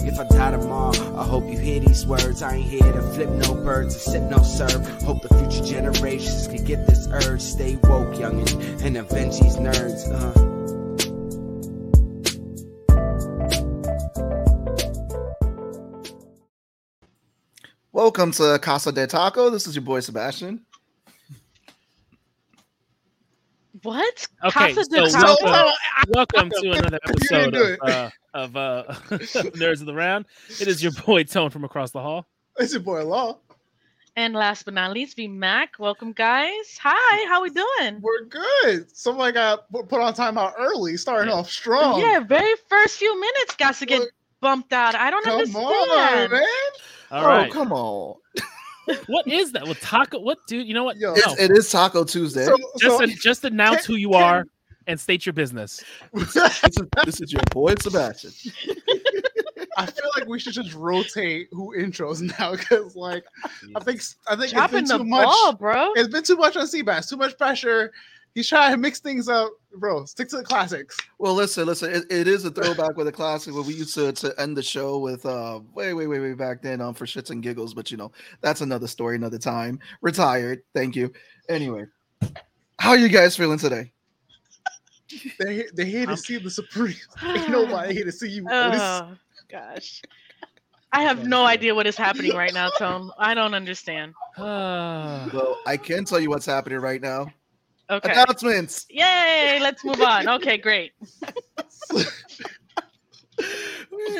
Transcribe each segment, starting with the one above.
if I die tomorrow. I hope you hear these words. I ain't here to flip no birds or sip no serve. Hope the future generations can get this urge. Stay woke, youngin', and avenge these nerds. Uh. Welcome to Casa de Taco. This is your boy Sebastian. What? Okay, Casa so de welcome- Taco? Welcome to another episode do of, it. uh, of uh, Nerds of the Round. It is your boy Tone from across the hall. It's your boy Law. And last but not least, V Mac. Welcome, guys. Hi, how we doing? We're good. Somebody got pu- put on timeout early, starting Yeah. off strong. yeah, very first few minutes got to get Look. bumped out. I don't come on, understand. man. All oh, right, come on. what is that? What taco? What dude? You know what? Yo. no, It's- it is Taco Tuesday. So, just so an- just announce who you can- are and state your business. this, is, this is your boy Sebastian. I feel like we should just rotate who intros now because, like, I think I think it's Dropping been the too much. ball, bro. It's been too much on Seabass. Too much pressure. He's trying to mix things up, bro. Stick to the classics. Well, listen, listen. It, it is a throwback with a classic where we used to, to end the show with uh, way, way, way, way back then um, for shits and giggles. But you know, that's another story, another time. Retired. Thank you. Anyway, how are you guys feeling today? They here- they here to I'm- see the supreme. Ain't nobody here to see you. Otis. Oh, gosh. I have no idea what is happening right now, Tone. I don't understand. Ah. Well, I can tell you what's happening right now. Okay. Announcements. Yay, let's move on. Okay, great. Yeah,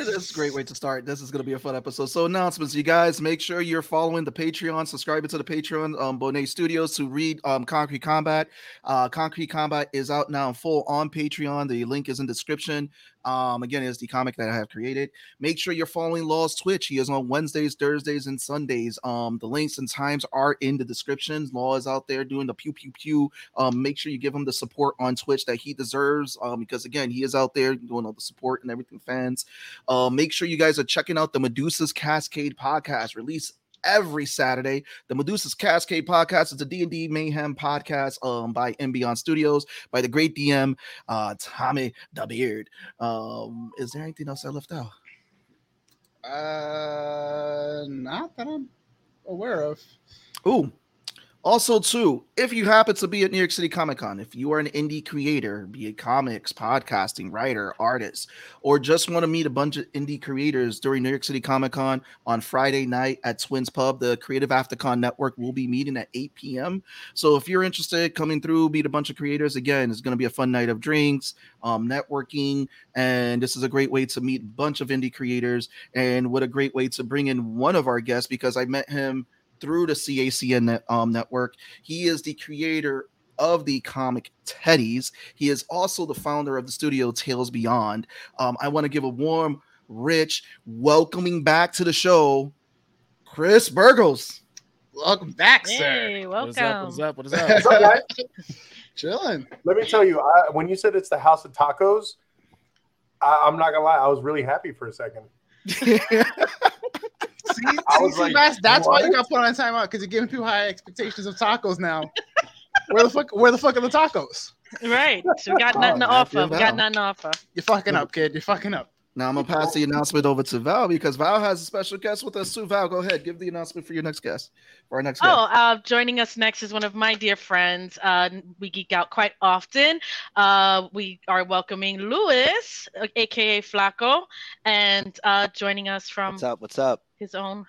That's a great way to start. This is going to be a fun episode. So announcements, you guys, make sure you're following the Patreon, subscribing to the Patreon, um, Bonet Studios to read um, Concrete Combat. Uh, Concrete Combat is out now in full on Patreon. The link is in description. Um, again, it's the comic that I have created. Make sure you're following Law's Twitch. He is on Wednesdays, Thursdays, and Sundays. Um, the links and times are in the description. Law is out there doing the pew pew pew. Um, make sure you give him the support on Twitch that he deserves. Um, because again, he is out there doing all the support and everything fans. Uh, make sure you guys are checking out the Medusa's Cascade podcast release every Saturday. The Medusa's Cascade podcast is a D&D Mayhem podcast um, by M Beyond Studios by the great DM uh, Tommy the Beard. Um, is there anything else I left out? Uh, not that I'm aware of. Ooh. Also, too, if you happen to be at New York City Comic Con, if you are an indie creator, be it comics, podcasting, writer, artist, or just want to meet a bunch of indie creators during New York City Comic Con on Friday night at Twins Pub, the Creative Aftercon Network will be meeting at 8 p.m. So if you're interested, coming through, meet a bunch of creators. Again, it's going to be a fun night of drinks, um, networking, and this is a great way to meet a bunch of indie creators. And what a great way to bring in one of our guests because I met him through the CACN net- um, network. He is the creator of the comic Teddies. He is also the founder of the studio Tales Beyond. Um, I want to give a warm, rich, welcoming back to the show, Chris Burgles. Welcome back, sir. Hey, What welcome. is up? What is up? What is up? up, guys? Chilling. Let me tell you, I, when you said it's the house of tacos, I, I'm not gonna lie, I was really happy for a second. See, I see was like, Seabass, that's why you got what? put on timeout because you're giving people high expectations of tacos now. where the fuck? Where the fuck are the tacos? Right. So we got Oh, nothing to man, offer. feel We got down. nothing to offer. You're fucking up, kid. You're fucking up. Now I'm gonna pass the announcement over to Val because Val has a special guest with us too. Val, go ahead, give the announcement for your next guest, for our next Oh, guest. uh, joining us next is one of my dear friends. Uh, we geek out quite often. Uh, we are welcoming Louis, uh, aka Flaco, and uh, joining us from What's up? What's up? his own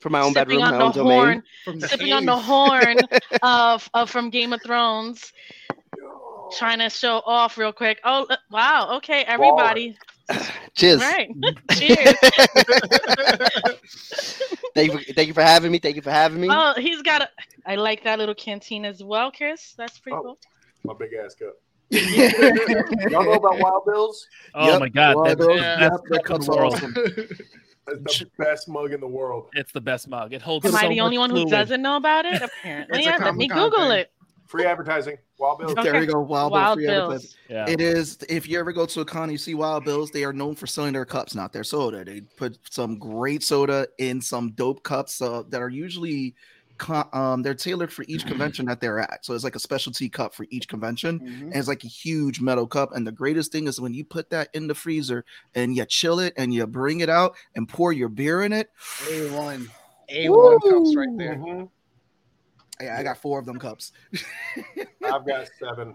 From my own sipping bedroom, on my the own domain. horn, From the sipping on the cave. horn of, of from Game of Thrones, trying to show off real quick. Oh, uh, wow. Okay, everybody. Cheers. Right. Cheers. Thank you, for, thank you for having me. Thank you for having me. Oh, he's got a. I like that little canteen as well, Chris. That's pretty Oh. cool. My big ass cup. Y'all know about Wild Bills? Oh Yep, my god, Wild that- Bills, that's yep, the that fucking cuts world. awesome. It's the best mug in the world. It's the best mug. It holds Am so I the only much one who fluid. doesn't know about it? Apparently, It's a yeah, let me Comic-Con Google thing. it. Free advertising. Wild Bills. There Okay. we go, Wild, Bill, Wild free advertising. Bills. Yeah. It is. If you ever go to a con, and you see Wild Bills. They are known for selling their cups, not their soda. They put some great soda in some dope cups uh, that are usually co- um, they're tailored for each convention that they're at. So it's like a specialty cup for each convention, and it's like a huge metal cup. And the greatest thing is when you put that in the freezer and you chill it and you bring it out and pour your beer in it. A1. A1 cups right there. Mhm. Yeah, I got four of them cups. I've got seven.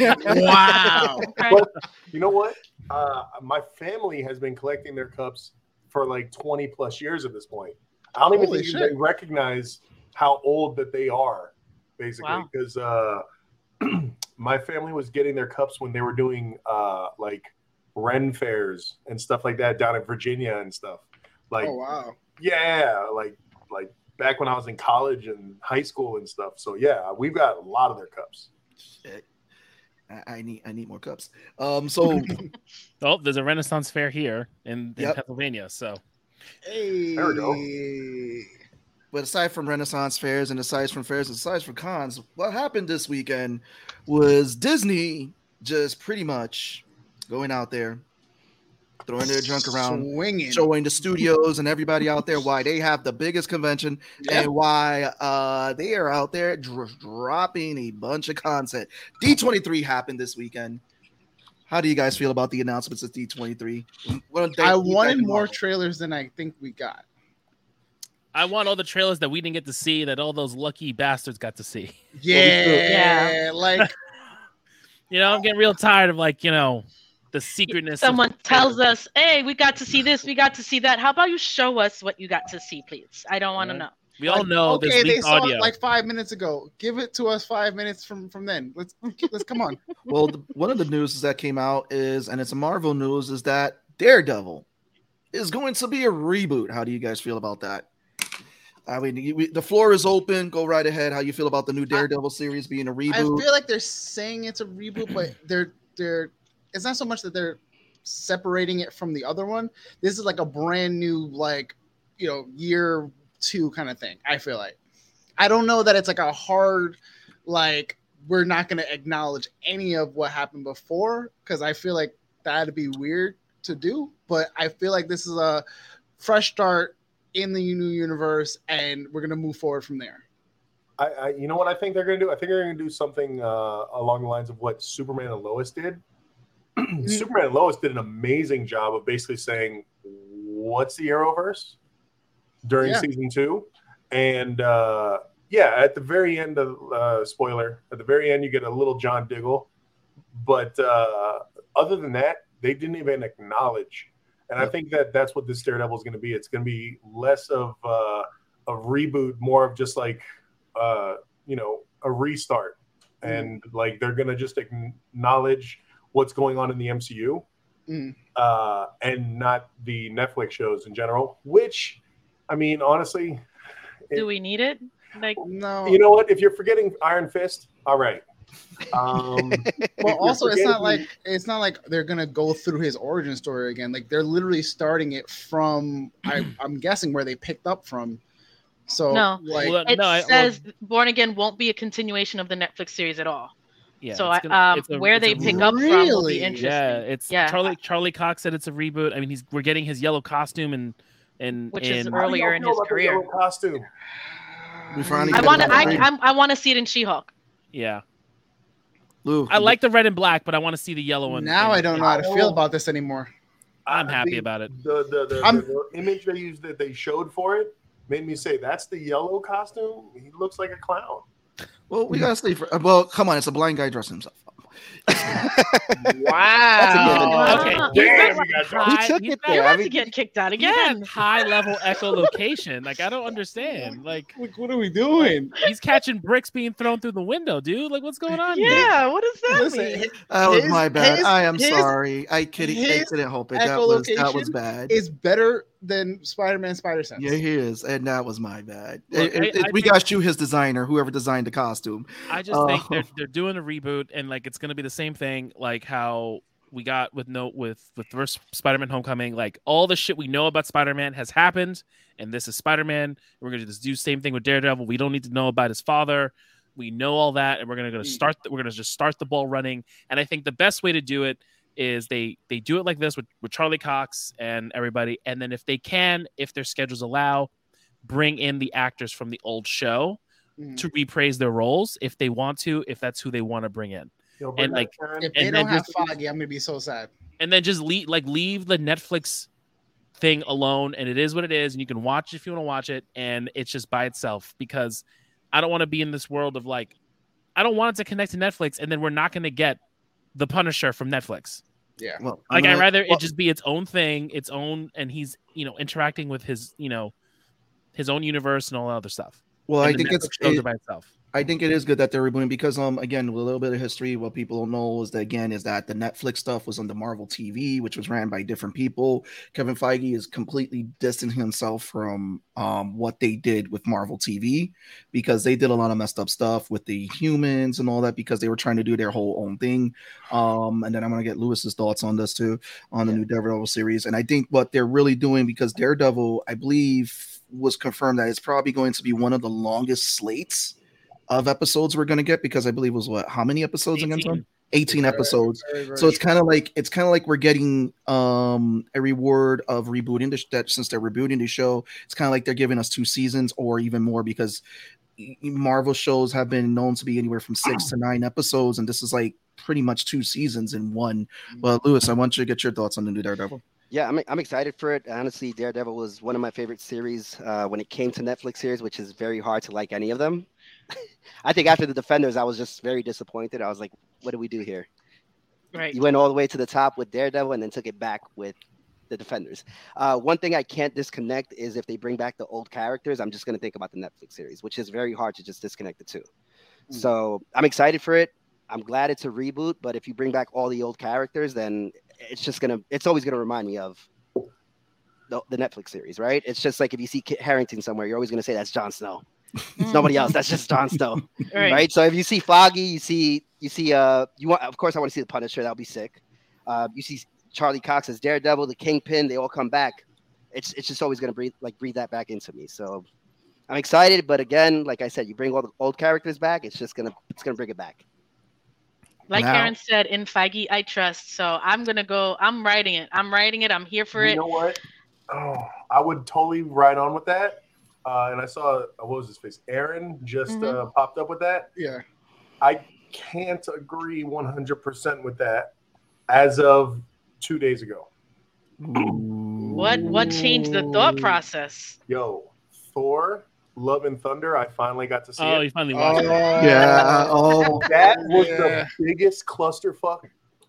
Wow. Okay. Well, You know what? Uh, my family has been collecting their cups for like 20 plus years at this point. I don't even Holy think shit. they recognize how old that they are, basically, Wow. because uh, my family was getting their cups when they were doing uh, like Ren fairs and stuff like that down in Virginia and stuff. Like, oh wow. yeah, like like back when I was in college and high school and stuff. So yeah, we've got a lot of their cups. I, I need I need more cups. Um, so Oh, there's a Renaissance fair here in, in Yep. Pennsylvania. So Hey. There we go. But aside from Renaissance fairs and aside from fairs and aside from cons, what happened this weekend was Disney just pretty much going out there, throwing their junk around, Swinging. showing the studios and everybody out there why they have the biggest convention Yeah. and why uh, they are out there dr- dropping a bunch of content. D23 happened this weekend. How do you guys feel about the announcements of D23? What don't they- I wanted Marvel? more trailers than I think we got. I want all the trailers that we didn't get to see that all those lucky bastards got to see. Yeah. Like You know, I'm getting real tired of like, you know, the secretness. of- Someone tells us, "Hey, we got to see this. We got to see that. How about you show us what you got to see, please? I don't want to Right. know." we all know okay, there's they leaked saw audio. it like five minutes ago. Give it to us five minutes from from then. Let's let's come on. well, the, one of the news that came out is, and it's a Marvel news, is that Daredevil is going to be a reboot. How do you guys feel about that? I mean, you, we, the floor is open. Go right ahead. How you feel about the new Daredevil series being a I reboot? feel like they're saying it's a reboot, but they're they're it's not so much that they're separating it from the other one. This is like a brand new, like you know, year two kind of thing. I feel like I don't know that it's like a hard like we're not going to acknowledge any of what happened before because I feel like that'd be weird to do. But I feel like this is a fresh start in the new universe, and we're gonna move forward from there. I, I you know what I think they're gonna do? I think they're gonna do something uh, along the lines of what Superman and Lois did. Superman and Lois did an amazing job of basically saying what's the Arrowverse during Yeah. season two, and uh, yeah, at the very end of uh, spoiler, at the very end you get a little John Diggle, but uh, other than that, they didn't even acknowledge. And I think that that's what this Daredevil is going to be. It's going to be less of uh, a reboot, more of just like uh, you know a restart, Mm. and like they're going to just acknowledge what's going on in the MCU Mm. uh, and not the Netflix shows in general. Which, I mean, honestly, Do we need it? Like, No, you know what? If you're forgetting Iron Fist, all right. Um, Well, You're also, it's not forgetting- like it's not like they're gonna go through his origin story again. Like they're literally starting it from, I, I'm guessing where they picked up from. So, No. like, Well, it no, I- well, says Born Again won't be a continuation of the Netflix series at all. yeah, so it's I, gonna- um, it's a- where it's they a pick reboot. up from will be Really? interesting. Yeah, it's Yeah. Charlie Charlie Cox said it's a reboot. I mean, he's we're getting his yellow costume and and Which is and how do y'all earlier in feel his about the career. yellow Costume. We finally I get want to. another I reboot. I'm, I want to see it in She-Hulk. yeah. Lou, I like the red and black, but I want to see the yellow one. and- now I don't know how to feel about this anymore. I'm I happy think about it. Uh, The the, the, I'm- the image they used that they showed for it made me say that's the yellow costume. He looks like a clown. Well, we gotta stay for. uh, Well, come on, it's a blind guy dressing himself. up. Wow. Okay. Ah, he's Damn, not- we got High- took he's it got- You're there. about I to mean- get kicked out He had again. high level echolocation. Like I don't understand. Like Like, what are we doing? he's catching bricks being thrown through the window, dude. Like what's going on? here? Yeah. What does that Listen, mean? his That was His- my bad. his- I am his- sorry. I kidding. I his didn't help it. That was that was echolocation bad. is better than Spider-Man Spider Sense. Yeah, he is, and that was my bad. Look, It- I- it- it- I we think- got you, his designer, whoever designed the costume. I just Oh. think they're they're doing a reboot and like it's gonna be the same thing like how we got with no with with first Spider-Man Homecoming. Like all the shit we know about Spider-Man has happened, and this is Spider-Man. We're gonna just do the same thing with Daredevil. We don't need to know about his father. We know all that, and we're gonna, gonna Mm. start. The, we're gonna just start the ball running. And I think the best way to do it is they they do it like this with, with Charlie Cox and everybody. And then if they can, if their schedules allow, bring in the actors from the old show Mhm. to repraise their roles if they want to, if that's who they want to bring in. You'll And, bring like, back Khan. If they and don't then have just- Foggy, I'm gonna be so sad. and then just leave like leave the Netflix thing alone and it is what it is and you can watch it if you want to watch it and it's just by itself because I don't want to be in this world of like I don't want it to connect to Netflix and then we're not going to get the Punisher from Netflix. Well, Like I I'd rather well- it just be its own thing, its own and he's, you know, interacting with his, you know, his own universe and all that other stuff. well, I And the think it's Netflix shows are by itself. I think it is good that they're rebooting because um again with a little bit of history what people don't know is that again is that the Netflix stuff was on the Marvel TV which was ran by different people. Kevin Feige is completely distancing himself from um what they did with Marvel TV because they did a lot of messed up stuff with the humans and all that because they were trying to do their whole own thing. Um and then I'm going to get Lewis's thoughts on this too on the new Daredevil series and I think what they're really doing because Daredevil I believe was confirmed that it's probably going to be one of the longest slates of episodes we're going to get because I believe it was what how many episodes again? 18. Tom? 18 episodes. Very, very So it's short. kind of like it's kind of like we're getting um a reward of rebooting the sh- that since they're rebooting the show. It's kind of like they're giving us two seasons or even more because y- y- Marvel shows have been known to be anywhere from 6 to 9 episodes and this is like pretty much two seasons in one. Well, Lewis, I want you to get your thoughts on the new Daredevil. Yeah, I'm, I'm excited for it. Honestly, Daredevil was one of my favorite series uh, when it came to Netflix series, which is very hard to like any of them. I think after the Defenders, I was just very disappointed. I was like, what do we do here? Right. You went all the way to the top with Daredevil and then took it back with the Defenders. Uh, one thing I can't disconnect is if they bring back the old characters, I'm just going to think about the Netflix series, which is very hard to just disconnect the 2 Mhm. So I'm excited for it. I'm glad it's a reboot, but if you bring back all the old characters, then it's just going to, it's always going to remind me of. The, the Netflix series, right? It's just like if you see Kit Harrington somewhere, you're always going to say that's Jon Snow. It's nobody else. That's just Jon Snow Right. right? So if you see Foggy, you see you see uh you want of course I want to see the Punisher. That'll be sick. Uh, you see Charlie Cox as Daredevil, the Kingpin. They all come back. It's it's just always gonna breathe like breathe that back into me. So I'm excited, but again, like I said, you bring all the old characters back. It's just gonna it's gonna bring it back. Like Now- Aaron said, in Feige, I trust. So I'm gonna go. I'm writing it. I'm writing it. I'm here for you it. know what? Oh, I would totally ride on with that. Uh, and I saw what was his face? Aaron just Mm-hmm. uh, popped up with that. yeah. I can't agree 100% with that as of two days ago. What What changed the thought process? Yo, Thor, Love and Thunder, I finally got to see Oh, it. you uh, finally watched it. Yeah, oh. That was Yeah. the biggest clusterfuck.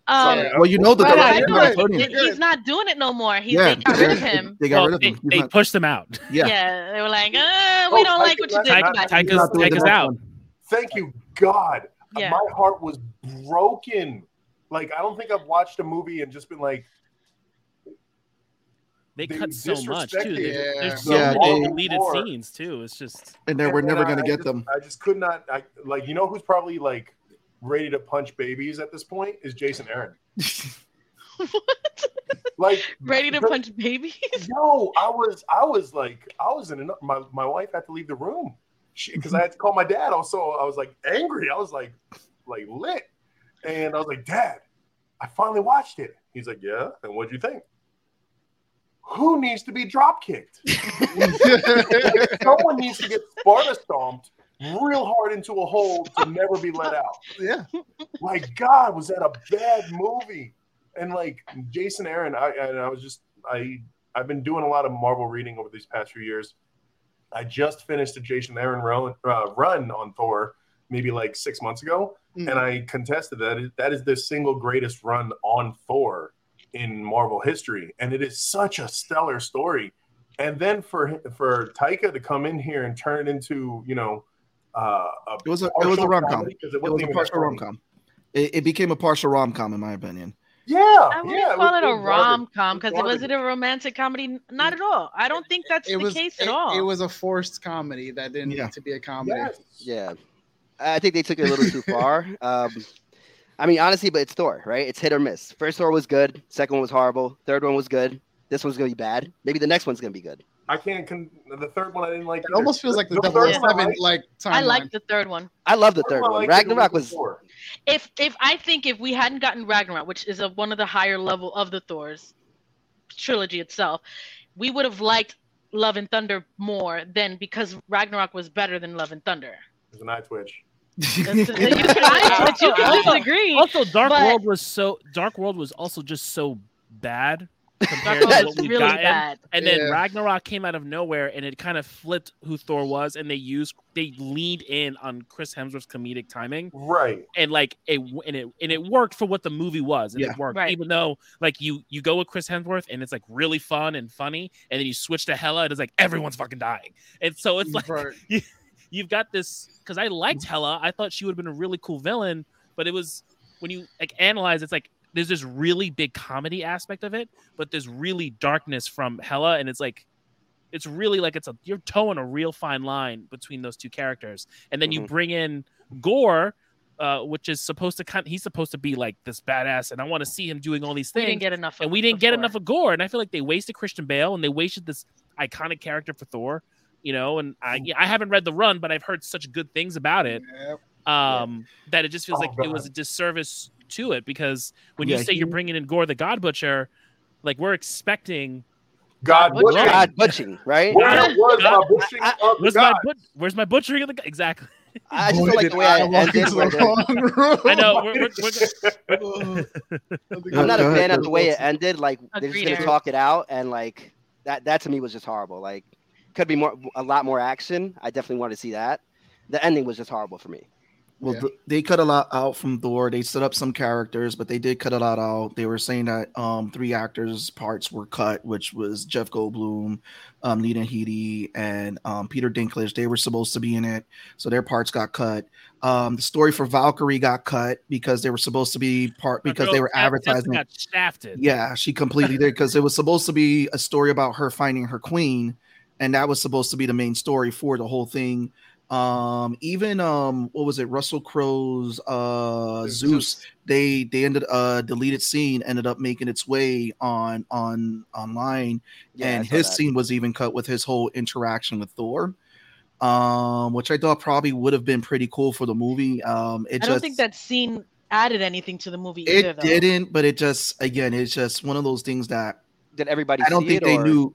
Um, Yeah. Well, you know the Well, I director's know not it. voting. th- he's not doing it no more. He Yeah, they got rid of him. They got Well, rid of they, him. He's they not- pushed them out. Yeah. yeah. they were like, uh, we Oh, don't I like what could you let- did. I- Goodbye. I- Take us, doing take the us next out. one. Thank you, God. Yeah. My heart was broken. Like, I don't think I've watched a movie and just been like, They They cut so much disrespected too. There's, it. there's so Yeah, many they- deleted More. scenes too. It's just And then we're And never I- going to I get just- them. I just could not. I like you know who's probably like ready to punch babies at this point is Jason Aaron. Like Ready to but- punch babies? No, I was I was like I was in another. My my wife had to leave the room because I had to call my dad. Also, I was like angry. I was like like lit, and I was like, Dad, I finally watched it. He's like, Yeah, and what'd you think? Who needs to be drop kicked? Someone needs to get Sparta stomped real hard into a hole to never be let out. yeah. Like God, was that a bad movie? And like Jason Aaron, I and I was just I I've been doing a lot of Marvel reading over these past few years. I just finished a Jason Aaron run, uh, run on Thor maybe like six months ago, Hmm. Mm. and I contested that that is the single greatest run on Thor in Marvel history, and it is such a stellar story. And then for for Taika to come in here and turn it into you know uh, a It was a it was a partial rom com. comedy, 'cause it It wasn't was a even partial that rom com. It, it became a partial rom com, in my opinion. Yeah, I wouldn't yeah, call it, a was rom garbage. com because it garbage. was it a romantic comedy? N- Not at all. I don't think that's It the was case at it, all. it was a forced comedy that didn't Yeah. need to be a comedy. Yes. Yeah, I think they took it a little too far. Um, I mean, honestly, but it's Thor, right? It's hit or miss. First Thor was good. Second one was horrible. Third one was good. This one's gonna be bad. Maybe the next one's gonna be good. I can't. Con- the third one I didn't like. It either. almost feels like the, third double one I seven liked. like timeline. I like the third one. I love the third I one. liked it the Ragnarok week was before. If if I think if we hadn't gotten Ragnarok, which is a, one of the higher level of the Thor's trilogy itself, we would have liked Love and Thunder more than because Ragnarok was better than Love and Thunder. It's an eye twitch. That's- you can, I, but you can disagree. Also, Dark But- World was so Dark World was also just so bad Dark compared World to was what we've really gotten. bad. And then Yeah. Ragnarok came out of nowhere, and it kind of flipped who Thor was, and they used they leaned in on Chris Hemsworth's comedic timing, Right. and like it and it and it worked for what the movie was, and Yeah. it worked Right. even though like you you go with Chris Hemsworth, and it's like really fun and funny, and then you switch to Hella, and it's like everyone's fucking dying, and so it's like Right. you've got this because I liked Hella. I thought she would have been a really cool villain, but it was when you like analyze, it's like there's this really big comedy aspect of it, but there's really darkness from Hella, and it's like it's really like it's a you're towing a real fine line between those two characters, and then you Mhm. bring in Gore. Uh, which is supposed to kind he's supposed to be like this badass and i want to see him doing all these We things didn't get enough. and of we it didn't get before. enough of Gore, and I feel like they wasted Christian Bale and they wasted this iconic character for Thor, you know. And I, yeah, I haven't read the run, but I've heard such good things about it Yep. um, that it just feels Oh, like it was a disservice to it because when Yeah, you say you're bringing in Gore the God Butcher, like we're expecting God, What- what? God butching, right? Where God- was my bushing I- of where's Oh, God? my but- where's my butchering of the God? exactly. I just Boy, don't like did the way I I walk ended. into where the the- I know we're, we're, we're, I'm not a Go ahead, fan of the Chris. way it ended. Like they're just Agreed, gonna Eric. talk it out, and like that that to me was just horrible. Like could be more a lot more action. I definitely want to see that. The ending was just horrible for me. Well, Yeah. th- they cut a lot out from Thor. They set up some characters, but they did cut a lot out. They were saying that um, three actors' parts were cut, which was Jeff Goldblum, um, Nina Headey, and um, Peter Dinklage. They were supposed to be in it, so their parts got cut. Um, the story for Valkyrie got cut because they were supposed to be part because they were advertising. got shafted. Yeah, she completely did because it was supposed to be a story about her finding her queen, and that was supposed to be the main story for the whole thing. Um, even um, what was it, Russell Crowe's uh Zeus? They they ended uh deleted scene ended up making its way on on online, Yeah, I and saw his that. scene was even cut with his whole interaction with Thor. Um, which I thought probably would have been pretty cool for the movie. Um, it I just don't think that scene added anything to the movie either. it though. didn't, but it just again, it's just one of those things that Did everybody? I don't see think it, they or- knew.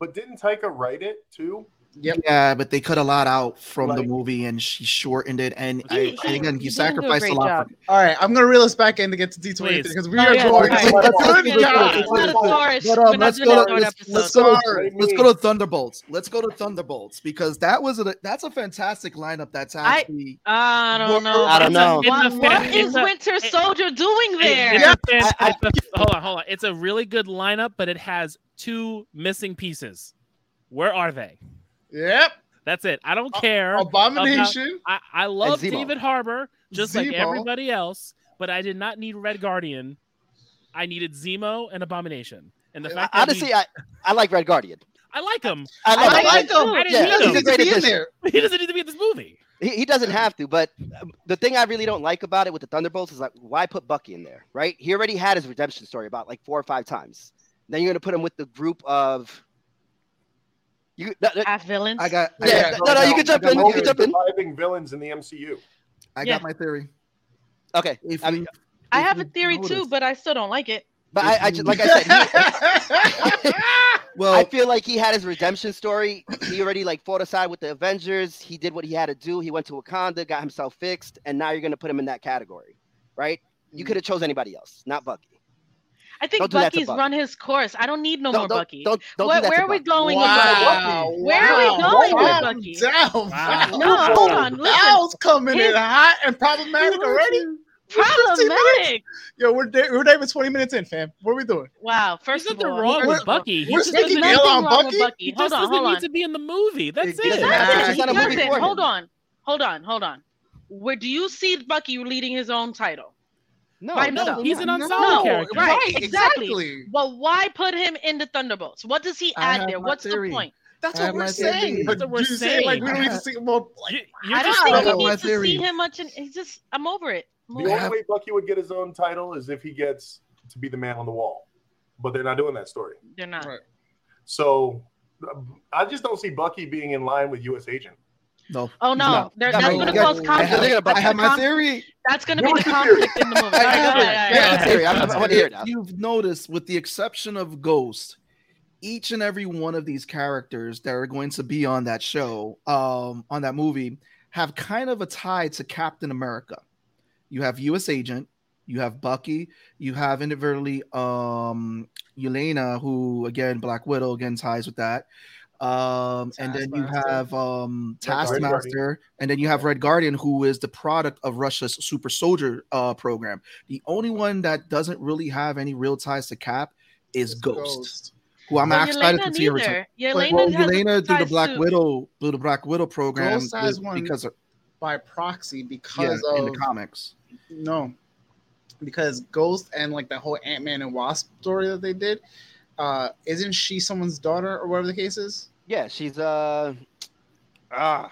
But didn't Taika write it too? Yep. Yeah, but they cut a lot out from the Like- movie, and she shortened it. And He- I, and he- again, he he didn't do a sacrificed a, great lot. job. For, All right, I'm gonna reel us back in to get to D23 Please. because we Oh, are yeah, going. sorry. Good It's God. not a Taurus. But, um, We're not let's doing a go- Taurus episode. let's go to Sorry. let's go to Thunderbolts. Let's go to Thunderbolts because that was a that's a fantastic lineup. That's I- actually I don't know. I don't know. It's a- What, it's a what fan- is it's a- Winter Soldier doing there? It's Yeah. a fan- I- it's a- hold on, hold on. It's a really good lineup, but it has two missing pieces. Where are they? Yep. That's it. I don't care. oh, Abomination. I, I love Zemo. David Harbour just like Zemo. everybody else, but I did not need Red Guardian. I needed Zemo and Abomination. And the fact that he- Honestly, I, I like Red Guardian. I like him. I, love I him. like him. I didn't Yeah, He need him. doesn't need he's to a be great in addition. there. He doesn't need to be in this movie. He, he doesn't have to, but um, the thing I really don't like about it with the Thunderbolts is like, why put Bucky in there, right? He already had his redemption story about like four or five times. Then you're gonna put him with the group of you. no, no, Half villains. I got I Yeah, got, no, no, you can jump in, you Only can jump in. surviving villains in the MCU. I yeah. got my theory. okay, If I mean, you- I if have a you theory too, notice- but I still don't like it. but I, I just like I said, he- said, well, I feel like he had his redemption story. He already like fought aside with the Avengers. He did what he had to do. He went to Wakanda, got himself fixed, and now you're gonna put him in that category, right? Mm. You could have chose anybody else, not Bucky. I think Don't do that to Bucky's Bucky. run his course. I don't need no don't, more don't, Bucky. Don't, don't do What- that where to are we Bucky. going wow. with Bucky? Where are we wow, going wow, with Bucky? Down, Wow. wow. No, hold on. Listen, Al's coming His- in hot and problematic already. problematic. Yo, we're da- we're not even 20 minutes in, fam. What are we doing? Wow. There's First of nothing all, wrong first with of all, Bucky. He we're just speaking doesn't, ill nothing on wrong with Bucky? he Bucky. Hold just on, doesn't hold need on. to be in the movie. That's It it. doesn't Doesn't. matter. It's He not a movie doesn't. for him. Hold on. Hold on. Hold on. Where do you see Bucky leading his own title? No, Why No, not? no, he's an No, ensemble no, character. right, exactly. exactly. Well, why put him in the Thunderbolts? What does he I add have there? my What's theory. the point? That's I what have we're my saying. theory. But That's what you we're say it like saying. we don't need to see more. You, Like, you're I just don't don't know think about he my needs to theory. see him much. In, he's just. I'm over it. Move The We only on. have- way Bucky would get his own title is if he gets to be the man on the wall. But they're not doing that story. They're not. Right. So uh, I just don't see Bucky being in line with U.S. Agent. no, Oh no, No. They're, No, that's no, going to no. cause I I conflict. have, That's I have the my con- theory. That's going to be What the was your conflict in the movie. I Alright, have go it. ahead, Yeah, alright, theory. I, I want to hear it If now. you've noticed with the exception of Ghost, each and every one of these characters that are going to be on that show, um, on that movie, have kind of a tie to Captain America. You have U.S. Agent, you have Bucky, you have inadvertently um, Yelena, who again Black Widow again ties with that. Um, and then you Taskmaster. have um, Guardian. Taskmaster, and then you have Red Guardian, who is the product of Russia's super soldier uh, program. The only one that doesn't really have any real ties to Cap is It's Ghost, who I'm Well, excited Yelena to see her return. neither. Yelena, But, well, has Yelena through the ties Black to- Widow, through the Black Widow program, Ghost has is one because of, by proxy yeah, because in of the comics. No, because Ghost and like the whole Ant Man and Wasp story that they did, uh, isn't she someone's daughter or whatever the case is? Yeah, she's uh, ah,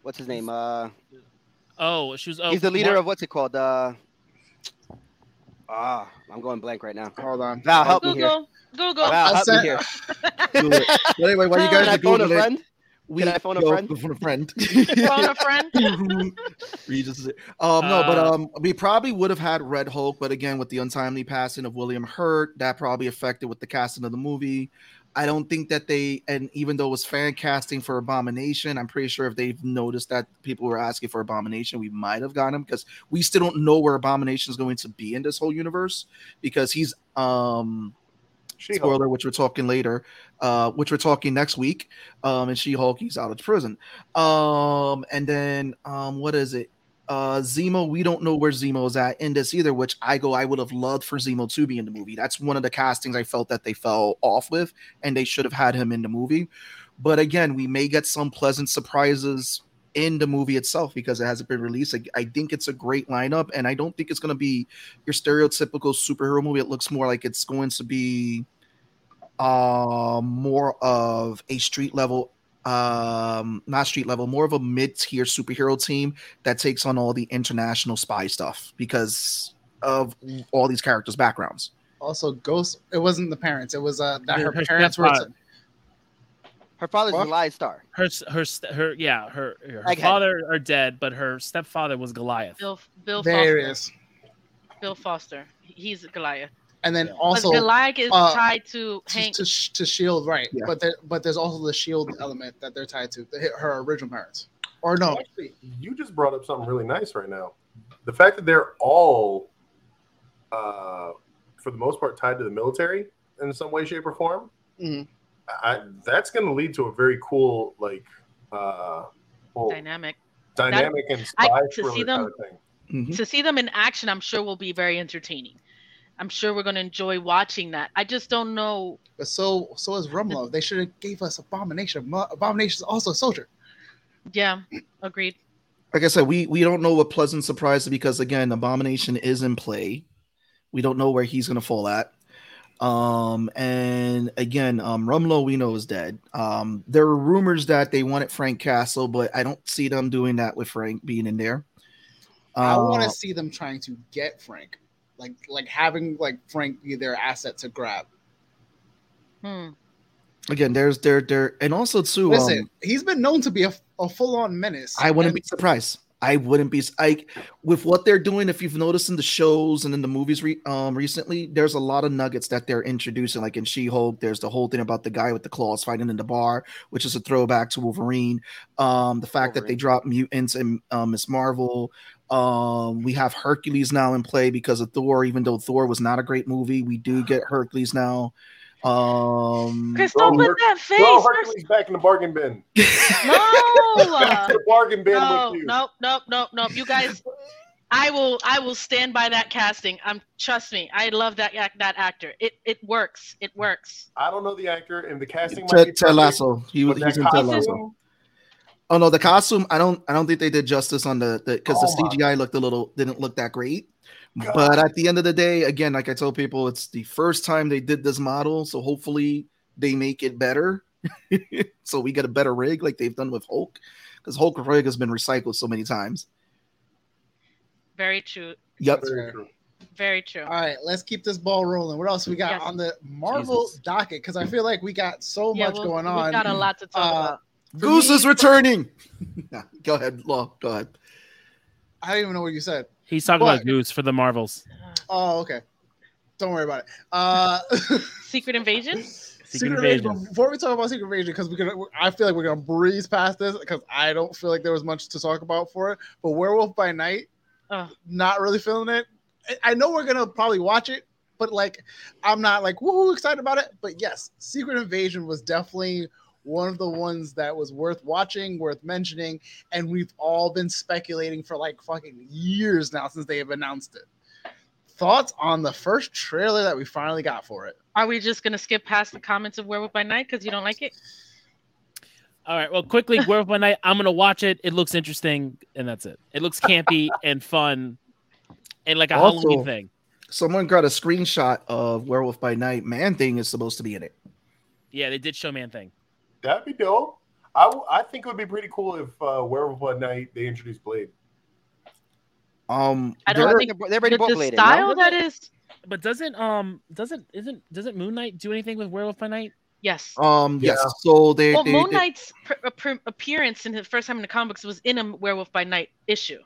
what's his name? Uh, Oh, she was. Oh, he's the leader Mar- of what's it called? Uh, ah, I'm going blank right now. Hold on, Val, help me here. Google. Google. Val, help me send- here. Do it. But anyway, while you guys Can Can I are phone googling, a it, friend? we Can I phone a yo, friend? phone a friend. Phone a friend. Regis. Um, no, but Uh, um, we probably would have had Red Hulk, but again, with the untimely passing of William Hurt, that probably affected with the casting of the movie. I don't think that they, and even though it was fan casting for Abomination, I'm pretty sure if they've noticed that people were asking for Abomination, we might have gotten him because we still don't know where Abomination is going to be in this whole universe because he's um She spoiler, which we're talking later, uh, which we're talking next week. Um, and She Hulk, he's out of prison. Um, and then um, what is it? Uh, Zemo, we don't know where Zemo is at in this either. Which I go, I would have loved for Zemo to be in the movie. That's one of the castings I felt that they fell off with, and they should have had him in the movie. But again, we may get some pleasant surprises in the movie itself because it hasn't been released. I, I think it's a great lineup, and I don't think it's going to be your stereotypical superhero movie. It looks more like it's going to be uh, more of a street level, um, not street level, more of a mid tier superhero team that takes on all the international spy stuff because of all these characters' backgrounds. Also, Ghost. It wasn't the parents. It was uh that Yeah, her, her parents were. stepfather. Her father's What? a lion star. her s- her st- her yeah her, her Egghead. father are dead, but her stepfather was Goliath. Bill. Bill There it Foster. is. Bill Foster. He's Goliath. And then Yeah. also but Goliath is uh, tied to to, Hank. to, Sh- to Shield, right? Yeah. But there, but there's also the Shield element that they're tied to the, her original parents. Or no, Actually, you just brought up something really nice right now. The fact that they're all, uh, for the most part, tied to the military in some way, shape, or form, Mm-hmm. Mhm. I, that's going to lead to a very cool, like, uh, whole Dynamic. dynamic and I- spy to see thriller them- kind of thing. Mhm. to see them in action i'm sure will be very entertaining i'm sure we're going to enjoy watching that i just don't know but so so is Rumlow. They should have gave us Abomination. Mo- Abomination's also a soldier. yeah agreed Like I said, we we don't know what pleasant surprise because again, Abomination is in play. We don't know where he's gonna fall at. Um, and again, um, Rumlow we know is dead. Um, there were rumors that they wanted Frank Castle, but I don't see them doing that with Frank being in there. I Uh, want to see them trying to get Frank, like like having like Frank be their asset to grab. hmm. Mm. again. There's there there, and also too. Listen, um, he's been known to be a, a full on menace. I wouldn't And be surprised. I wouldn't be like with what they're doing. If you've noticed in the shows and in the movies re- um, recently, there's a lot of nuggets that they're introducing. Like in She-Hulk, there's the whole thing about the guy with the claws fighting in the bar, which is a throwback to Wolverine. Um, the fact that they Wolverine. dropped mutants and um, Miss Marvel. Um, we have Hercules now in play because of Thor. Even though Thor was not a great movie, we do get Hercules now. Um, chris Well, don't put Her- that face Throw Chris. Hercules back in the bargain bin. no Back uh, to the bargain bin no with you. no no no no you guys i will i will stand by that casting i'm trust me i love that ac- that actor it it works it works I don't know the actor, and the casting might be Ted, Ted perfect, Lasso. He, but was- that he's in Ted costume- Lasso. Oh no, the costume. I don't. I don't think they did justice on the because Oh my- the CGI looked a little didn't look that great. God. But at the end of the day, again, like I told people, it's the first time they did this model, so hopefully they make it better. so we get a better rig like they've done with Hulk, because Hulk rig has been recycled so many times. very true Yep. That's Very fair. true. very true All right, let's keep this ball rolling. What else we got Yes. on the Marvel Jesus. docket? Because I feel like we got so yeah, much we'll- going we've on. got a lot to talk Uh, about For Goose me- is returning. go ahead, Law. Go ahead. I don't even know what you said. He's talking But- about Goose for the Marvels. Oh, okay. Don't worry about it. Uh, secret invasion Secret Secret Invasion. Invasion. Before we talk about Secret Invasion, because we're gonna, I feel like we're gonna breeze past this because I don't feel like there was much to talk about for it. But Werewolf by Night, Ugh. not really feeling it. I- I know we're gonna probably watch it, but like, I'm not like woohoo excited about it. But yes, Secret Invasion was definitely one of the ones that was worth watching, worth mentioning, and we've all been speculating for like fucking years now since they have announced it. Thoughts on the first trailer that we finally got for it? Are we just gonna skip past the comments of Werewolf by Night because you don't like it? All right. Well, quickly, Werewolf by Night. I'm gonna watch it. It looks interesting, and that's it. It looks campy and fun, and like a Also- Halloween thing. Someone got a screenshot of Werewolf by Night. Man Thing is supposed to be in it. Yeah, they did show Man Thing. That'd be dope. I, w- I think it would be pretty cool if uh, Werewolf by Night they introduced Blade. Um, I don't there- think they're, they're already the, both the related. style no? that is. But doesn't um doesn't isn't doesn't Moon Knight do anything with Werewolf by Night? Yes. um, Yeah. yes. So they, well, they, Moon they- Knight's pr- appear- appearance in his first time in the comics was in a Werewolf by Night issue.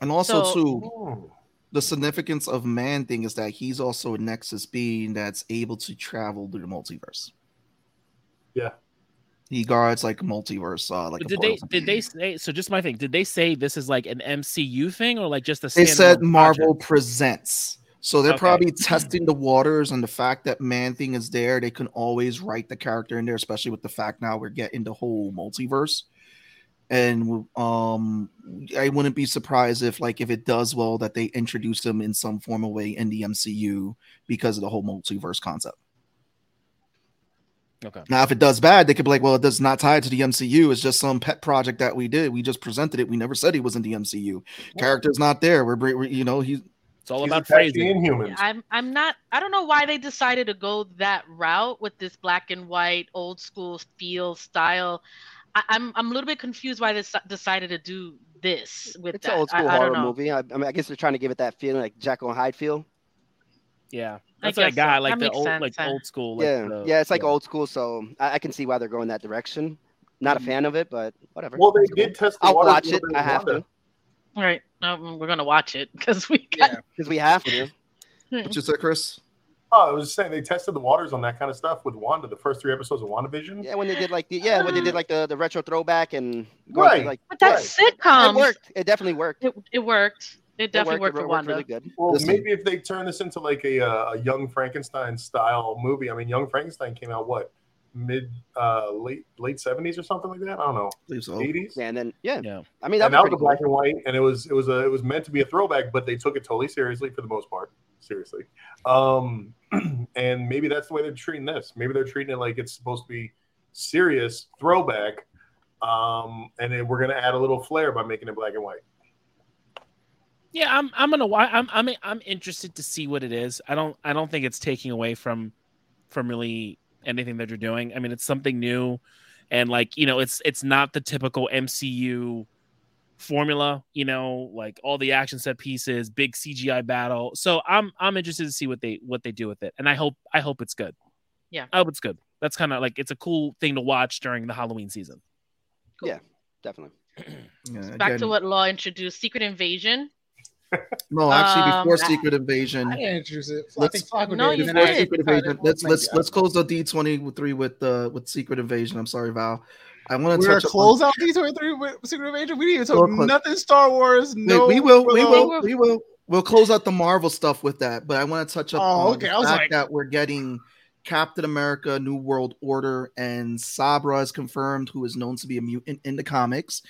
and also so- too, Hmm. the significance of Man Thing is that he's also a Nexus being that's able to travel through the multiverse. Yeah. He guards like multiverse. Uh, like a But did they portal. did they say so? Just my thing. Did they say this is like an MCU thing or like just a? They said standalone Marvel project? presents. So they're Okay. probably testing the waters and the fact that Man Thing is there. They can always write the character in there, especially with the fact now we're getting the whole multiverse. And um, I wouldn't be surprised if, like, if it does well, that they introduce him in some formal way in the MCU because of the whole multiverse concept. Okay. Now, if it does bad, they could be like, "Well, it does not tie to the MCU. It's just some pet project that we did. We just presented it. We never said he was in the MCU. Character's not there. We're, br- we're you know, he's It's all He's about attached to phrasing. Inhumans. I'm I'm not I don't know why they decided to go that route with this black and white old school feel style. I, I'm I'm a little bit confused why they s- decided to do this with It's that. an old school I, I don't horror know. movie. I, I mean, I guess they're trying to give it that feeling like Jekyll and Hyde feel. Yeah, I that's what I guess so. got. Like That the makes old sense, like huh? old school. Like yeah, the- yeah, it's like yeah. old school, so I, I can see why they're going that direction. Not a Mm-hmm. fan of it, but whatever. Well, they It's cool. did test the I'll waters a watch little it. bit I with have Wanda. to Right. Um, we're gonna watch it because we got Yeah, because we have to. What you said, Chris? Oh, I was just saying they tested the waters on that kind of stuff with Wanda. The first three episodes of WandaVision. Yeah, when they did like the yeah, when they did like the, the retro throwback and going through, Right. like But that's sitcoms. it worked. It definitely worked. It, it worked. Um, It definitely it worked, worked, for it Wanda. really good. Well, Listen. maybe if they turn this into like a, uh, a Young Frankenstein style movie. I mean, Young Frankenstein came out what mid uh, late late seventies or something like that. I don't know I believe so. eighties. Oh, Yeah, and then yeah, Yeah. I mean And that that was a was pretty cool. black and white, and it was it was a it was meant to be a throwback, but they took it totally seriously for the most part. Seriously, um, and maybe that's the way they're treating this. Maybe they're treating it like it's supposed to be serious throwback, um, and then we're gonna add a little flair by making it black and white. Yeah, I'm I'm gonna watch. I'm I'm I'm interested to see what it is. I don't I don't think it's taking away from from really anything that you're doing. I mean, it's something new, and like you know, it's it's not the typical MCU formula. You know, like all the action set pieces, big CGI battle. So I'm I'm interested to see what they what they do with it, and I hope I hope it's good. Yeah. I hope it's good. That's kind of like it's a cool thing to watch during the Halloween season. Definitely. Yeah, Back to again- what Law introduced, Secret Invasion. No, actually, Um, before Secret Invasion, I didn't introduce it. I Um, Let's- think Flacco No, did, you and before did. I- Secret Invasion, let's Thank let's you. let's close the D twenty three with uh, with Secret Invasion. I'm sorry, Val. I want to We're touch up gonna close out D23 with Secret Invasion. We didn't even Real talk quick. nothing Star Wars. on- No, Wait, we will, we Willow. will, we will. We'll close out the Marvel stuff with that, but I want to touch up Oh, on okay, the I was fact like- that we're getting Captain America: New World Order, and Sabra is confirmed, who is known to be a mutant in the comics.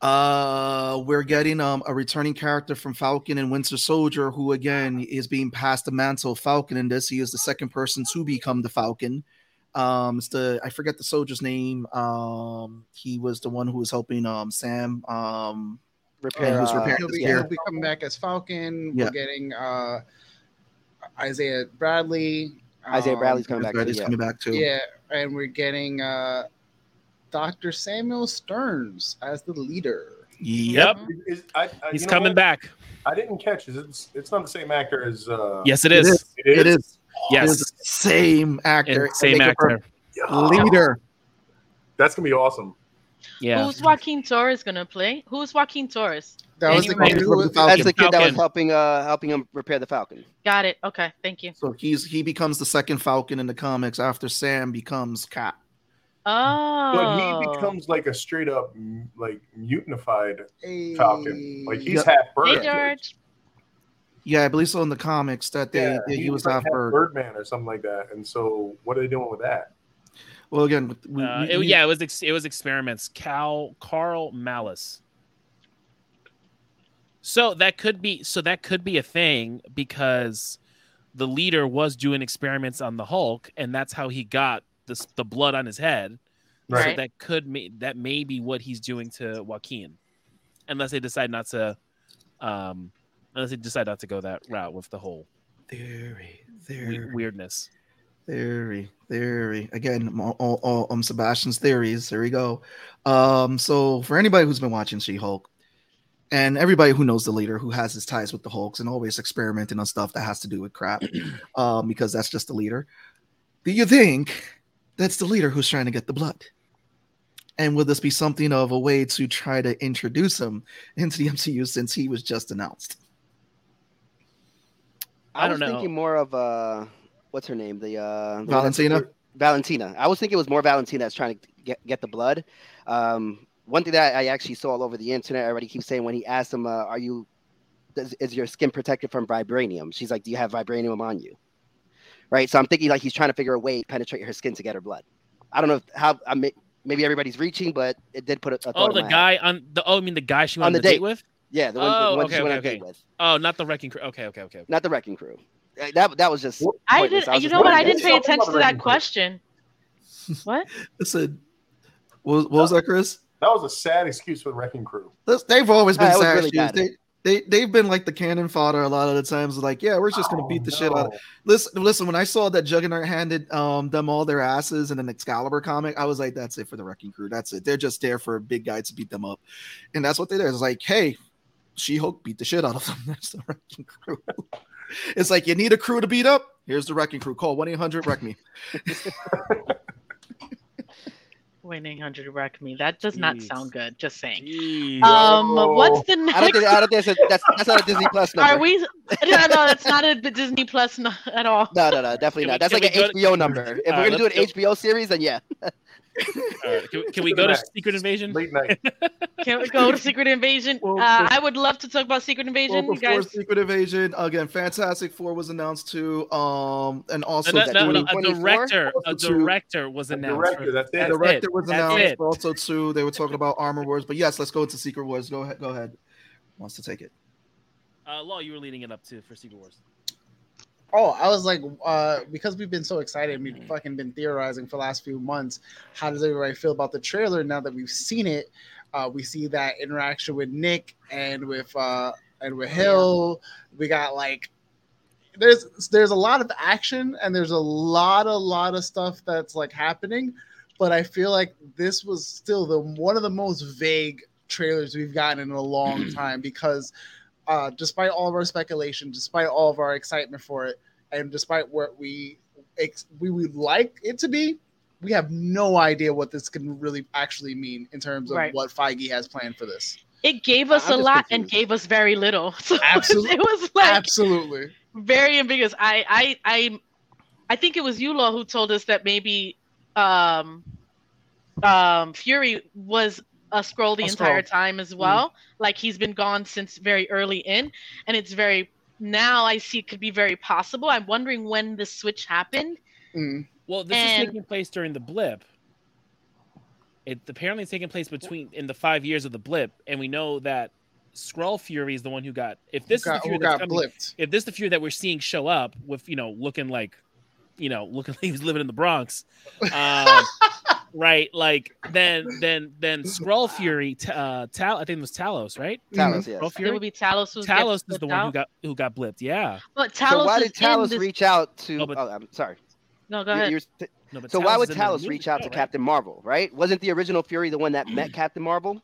Uh, we're getting um a returning character from Falcon and Winter Soldier, who again is being passed the mantle of Falcon in this. He is the second person to become the Falcon. Um, it's the I forget the soldier's name. Um, he was the one who was helping um Sam. Um, Repair. who's uh, repairing- He'll this be, year. he'll be coming back as Falcon. Yeah. We're getting uh, Isaiah Bradley. Isaiah um, Bradley's coming back. too, Freddy's yeah. coming back too. Yeah, and we're getting uh, Dr. Samuel Stearns as the leader. Yep. Uh, Mm-hmm. Mhm. Is- I- I- He's you know coming what? back. I didn't catch. Is it, it's not the same actor as uh, Yes, it It is. is. It It is. is. Yes, It's the same actor. And same They confirmed actor. Yeah. Leader. That's gonna be awesome. Yeah. Who's Joaquin Torres gonna play? Who's Joaquin Torres? That was the Anyway. kid who was- That's the kid that Falcon. was helping uh helping him repair the Falcon. Got it. Okay, thank you. So he's he becomes the second Falcon in the comics after Sam becomes Cap. Oh, But Oh. he becomes like a straight up m- like mutinified a- Falcon. Like he's Yeah. half bird. hey George. Yeah, I believe so in the comics that they Yeah, that he, was like half bird. Birdman or something like that. And so what are they doing with that? Well, again, with- we, Uh, we- it, we- yeah, it was ex- it was experiments. Cal Carl Malice. So that could be so that could be a thing because the leader was doing experiments on the Hulk, and that's how he got this the blood on his head. So Right. that could may, that may be what he's doing to Joaquin, unless they decide not to, um, unless they decide not to go that route with the whole Theory, we- theory, weirdness. theory, theory. Again, all, all, all, um, Sebastian's theories. There we go. Um, so for anybody who's been watching She-Hulk, and everybody who knows the leader who has his ties with the Hulks and always experimenting on stuff that has to do with crap, um, because that's just the leader. Do you think that's the leader who's trying to get the blood? And would this be something of a way to try to introduce him into the MCU since he was just announced? I I, don't was know. thinking more of uh what's her name? The uh Valentina? Valentina. I was thinking it was more Valentina that's trying to get, get the blood. Um, one thing that I actually saw all over the internet, everybody keeps saying when he asked him, uh, "Are you? Does, is your skin protected from vibranium?" She's like, "Do you have vibranium on you?" Right. So I'm thinking like he's trying to figure a way to penetrate her skin to get her blood. I don't know if, how. I may maybe everybody's reaching, but it did put a, a thought Oh, the in my head. guy on the oh, I mean the guy she went on the, date. with. Yeah, the Oh, one, the one okay, she went okay, on a date okay. with, Oh, not the wrecking crew. Okay, okay, okay. not the wrecking crew. Uh, That that was just. What- I pointless. didn't. was You just know what? I wondering. didn't pay Something about attention to that Raven Hood. question. What? Listen, what was, what was that, Chris? That was a sad excuse for the Wrecking Crew. That's- they've always been That was sad really shoes. bad. They, they, they've been like the cannon fodder a lot of the times. Like, yeah, we're just gonna Oh, beat Oh, the shit out. of Listen, listen. When I saw that Juggernaut handed um, them all their asses in an Excalibur comic, I was like, that's it for the Wrecking Crew. That's it. They're just there for a big guy to beat them up, and that's what they did. It's like, hey, She Hulk beat the shit out of them. That's the Wrecking Crew. it's like you need a crew to beat up. Here's the Wrecking Crew. Call one eight hundred Wreck Me. Winning hundred wreck me. That does not Jeez. sound good. Just saying. Uh, Jeez. Um, what's the I don't next? think, I don't think that's, a, that's that's not a Disney Plus number. Are we? No, no, that's not a Disney Plus no- at all. No, no, no, definitely Can we- not. That's can like an we go to- HBO number. If Uh, we're gonna do an let's go- HBO series, then yeah. All right, can, can we go to Secret Invasion? Late night. Can we go to Secret Invasion? Well, uh, bef- I would love to talk about Secret Well, Invasion, you before guys. Secret Invasion, again, Fantastic Four was announced too. Um, and also Uh, No, that no, no, a 2024? director, a Also to- director was The announced. director, that's it. The director was That's announced. it. but Also, too, they were talking about Armor Wars. But yes, let's go into Secret Wars. Go ahead. Go ahead. Wants to take it. Uh, Law, you were leading it up to for Secret Wars. Oh, I was like, uh, because we've been so excited, we've fucking been theorizing for the last few months. How does everybody feel about the trailer now that we've seen it? Uh, we see that interaction with Nick and with uh, and with Hill. We got like, there's there's a lot of action and there's a lot a lot of stuff that's like happening, but I feel like this was still the one of the most vague trailers we've gotten in a long time because uh, despite all of our speculation, despite all of our excitement for it, and despite what we ex- we would like it to be, we have no idea what this can really actually mean in terms of Right. what Feige has planned for this. It gave us I'm a just lot and confused. gave us very little. So it was- Absolute- it was like Absolutely. very ambiguous. I, I, I, I think it was you, Law, who told us that maybe um, um, Fury was a scroll the A Skrull. entire time Mm. as well. Like he's been gone since very early in, and it's very now I see it could be very possible. I'm wondering when this switch happened. Mm. Well, this And- is taking place during the blip. It apparently is taking place between in the five years of the blip, and we know that Skrull Fury is the one who got. If this is got, the Fury who that's got coming, blipped. if this is the Fury that we're seeing show up with, you know, looking like, you know, looking like he's living in the Bronx, um, right? Like then, then, then Skrull Fury, t- uh, Tal, I think it was Talos, right? Mm-hmm. Talos, yes. Skrull It Fury. would be Talos who's Talos is the one who got who got blipped. Yeah. But Talos So why is did Talos in this... reach out to? Oh, but- oh, I'm sorry. No, go You- ahead. you were- No, but so why Talos would is in the Talos movie reach out to show, right? Captain Marvel? Right? Wasn't the original Fury the one that Mm-hmm. met Captain Marvel?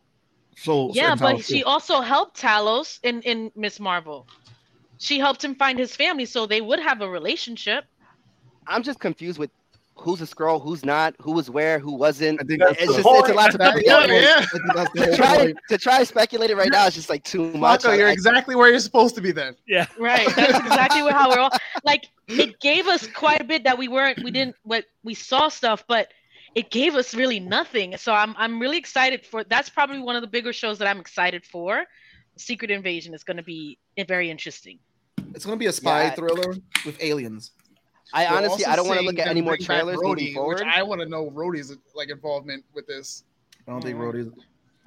So yeah, and but Talos, she too. also helped Talos in in Miss Marvel. She helped him find his family, so they would have a relationship. I'm just confused with who's a scroll, who's not, who was where, who wasn't. I think That's that's It's the just it's a lot to put That- together. yeah, I think that's To the whole try, point. to try to speculate it right now is just like too much. Marco, I- you're I- exactly where you're supposed to be then. Yeah. Right. That's exactly what- how we're all like. It gave us quite a bit that we weren't, we didn't, what we saw stuff, but it gave us really nothing. So I'm, I'm really excited for. That's probably one of the bigger shows that I'm excited for. Secret Invasion is going to be eh, very interesting. It's gonna be a spy Yeah. thriller with aliens. I We're honestly, also I don't want to seeing look at them any more bring back trailers Rhodey, moving which forward. I want to know Rhodey's like involvement with this. I don't think Mhm. Rhodey's.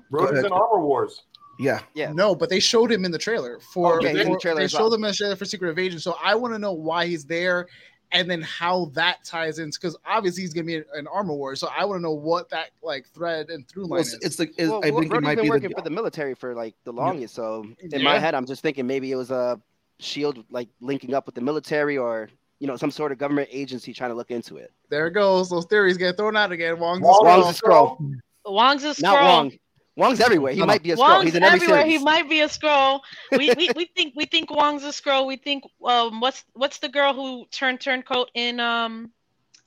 Road ahead. and Armor Wars. Yeah, Yeah. No, but they showed him in the trailer for. Okay, for- in the trailer they as showed well. him in the trailer for Secret Invasion, so I want to know why he's there, and then how that ties in because obviously he's gonna be an armor war. So I want to know what that like thread and through line well, it's, is. it's the. It's, Well, I well, think it Brody's might been be working the. for the military for like the longest, so in Yeah. my head, I'm just thinking maybe it was a shield like linking up with the military or you know some sort of government agency trying to look into it. There it goes. Those theories get thrown out again. Wong's Wong- Wong, Wong's a scroll, Wong's a not scroll. Wong. Wong's everywhere. He No, no. might be a scroll. Wong's He's in every everywhere. He series. might be a scroll. We, we, we think we think Wong's a scroll. We think um what's what's the girl who turned turncoat in um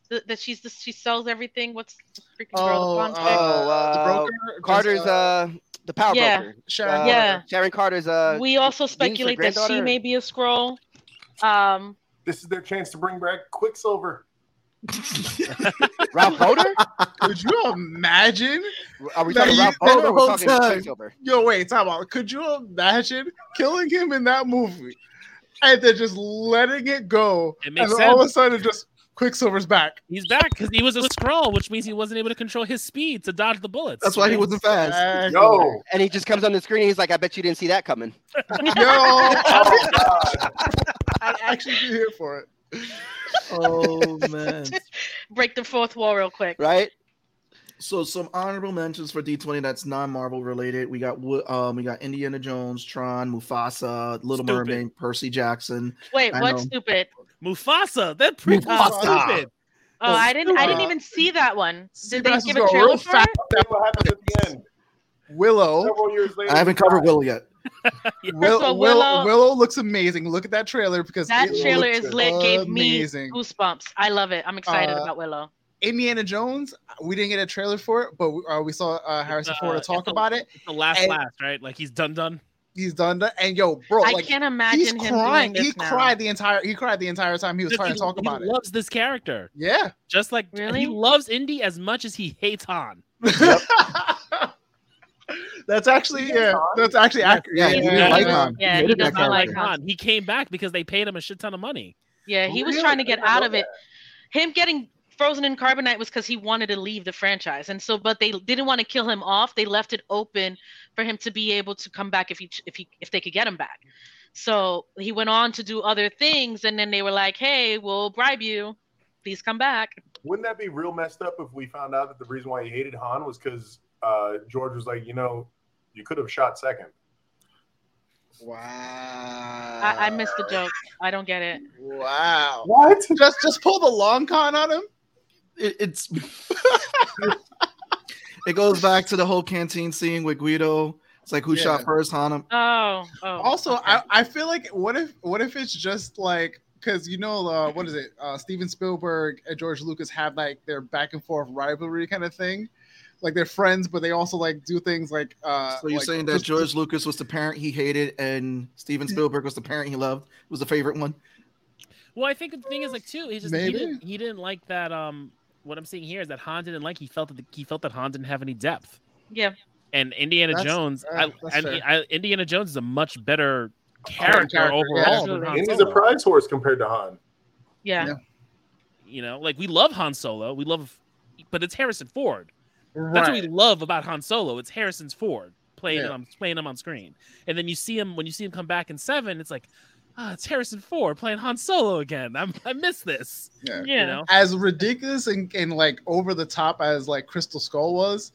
the, that she's the, she sells everything. What's the freaking girl? Oh, with blonde uh, hair? Oh, uh, the broker, Carter's just, uh the power yeah. broker. Sharon Uh, Carter. Yeah. Sharon Carter's uh we also speculate that she granddaughter? may be a scroll. Um, This is their chance to bring back Quicksilver. Ralph Boder. Could you imagine? Are we No, talking you- Ralph that Boder? whole Or we're talking time. Quicksilver? Yo, wait, time out. Could you imagine killing him in that movie and then just letting it go? It makes and then all of a sense. sudden, it just Quicksilver's back. He's back because he was a scroll, which means he wasn't able to control his speed to dodge the bullets. That's why he wasn't fast. Back. Yo, And he just comes on the screen. and He's like, "I bet you didn't see that coming." Yo, I'd actually be here for it. oh man. break the fourth wall real quick. Right? So some honorable mentions for D20 that's non-Marvel related. We got Wo- um we got Indiana Jones, Tron, Mufasa, Little Stupid. Mermaid, Percy Jackson. Wait, I what's know. stupid? Oh, Mufasa. That pre Mufasa. stupid. Oh, I didn't. I didn't Uh, even see that one. Did they Seabass give is a going trailer real for it? fast. that's what happens at the end. Willow. Several years later, Oh. I haven't covered Will yet. Will, of all, Willow. Willow- Willow looks amazing. Look at that trailer because That it trailer looks is lit. Gave me amazing. goosebumps. I love it. I'm excited Uh, about Willow. Indiana Jones. We didn't get a trailer for it, but uh, we saw uh, Harrison uh, Ford it's talk a- about it. The last, And- last, right? Like he's done, done. He's done that, and yo, bro, I like can't he's imagine him crying. doing He this now. cried the entire. He cried the entire time he was trying he, to talk he about it. loves this character, Yeah. just like and Really? he loves Indy as much as he hates Han. that's actually yeah. That's actually accurate. Yeah, he didn't like yeah. Han. Yeah, he hated does that not like character. Han. Han. He came back because they paid him a shit ton of money. Yeah, he was Really? trying to get I didn't out know of it. Him getting frozen in carbonite was because he wanted to leave the franchise, and so but they didn't want to kill him off. They left it open for him to be able to come back if he if he if they could get him back. So he went on to do other things, and then they were like, "Hey, we'll bribe you. Please come back." Wouldn't that be real messed up if we found out that the reason why he hated Han was because uh, George was like, you know, you could have shot second. Wow. I, Uh, I missed the joke. I don't get it. Wow. What? Just just pull the long con on him. It, it's it goes back to the whole canteen scene with Guido. It's like who Yeah. shot first, Hana? Oh, oh. Also, okay. I, I feel like what if what if it's just like because you know uh, what is it? Uh, Steven Spielberg and George Lucas have like their back and forth rivalry kind of thing. Like they're friends, but they also like do things like. Uh, So you're like, saying that just- George Lucas was the parent he hated and Steven Spielberg was the parent he loved, was the favorite one. Well, I think the thing is like too. He just he Maybe. didn't, he didn't like that. Um, what I'm seeing here is that Han didn't like. He felt that the, he felt that Han didn't have any depth. yeah. And Indiana That's- Jones, uh, I, that's I, fair. I, Indiana Jones is a much better character, character, overall yeah. than Han And he's a Solo. prize horse compared to Han. yeah, Yeah. you know, like we love Han Solo, we love, but it's Harrison Ford. That's Right. what we love about Han Solo. It's Harrison's Ford playing Yeah. him playing him on screen, and then you see him when you see him come back in seven. It's like, ah, it's Harrison Ford playing Han Solo again. I'm, I miss this. Yeah. You know, as ridiculous and, and like over the top as like Crystal Skull was,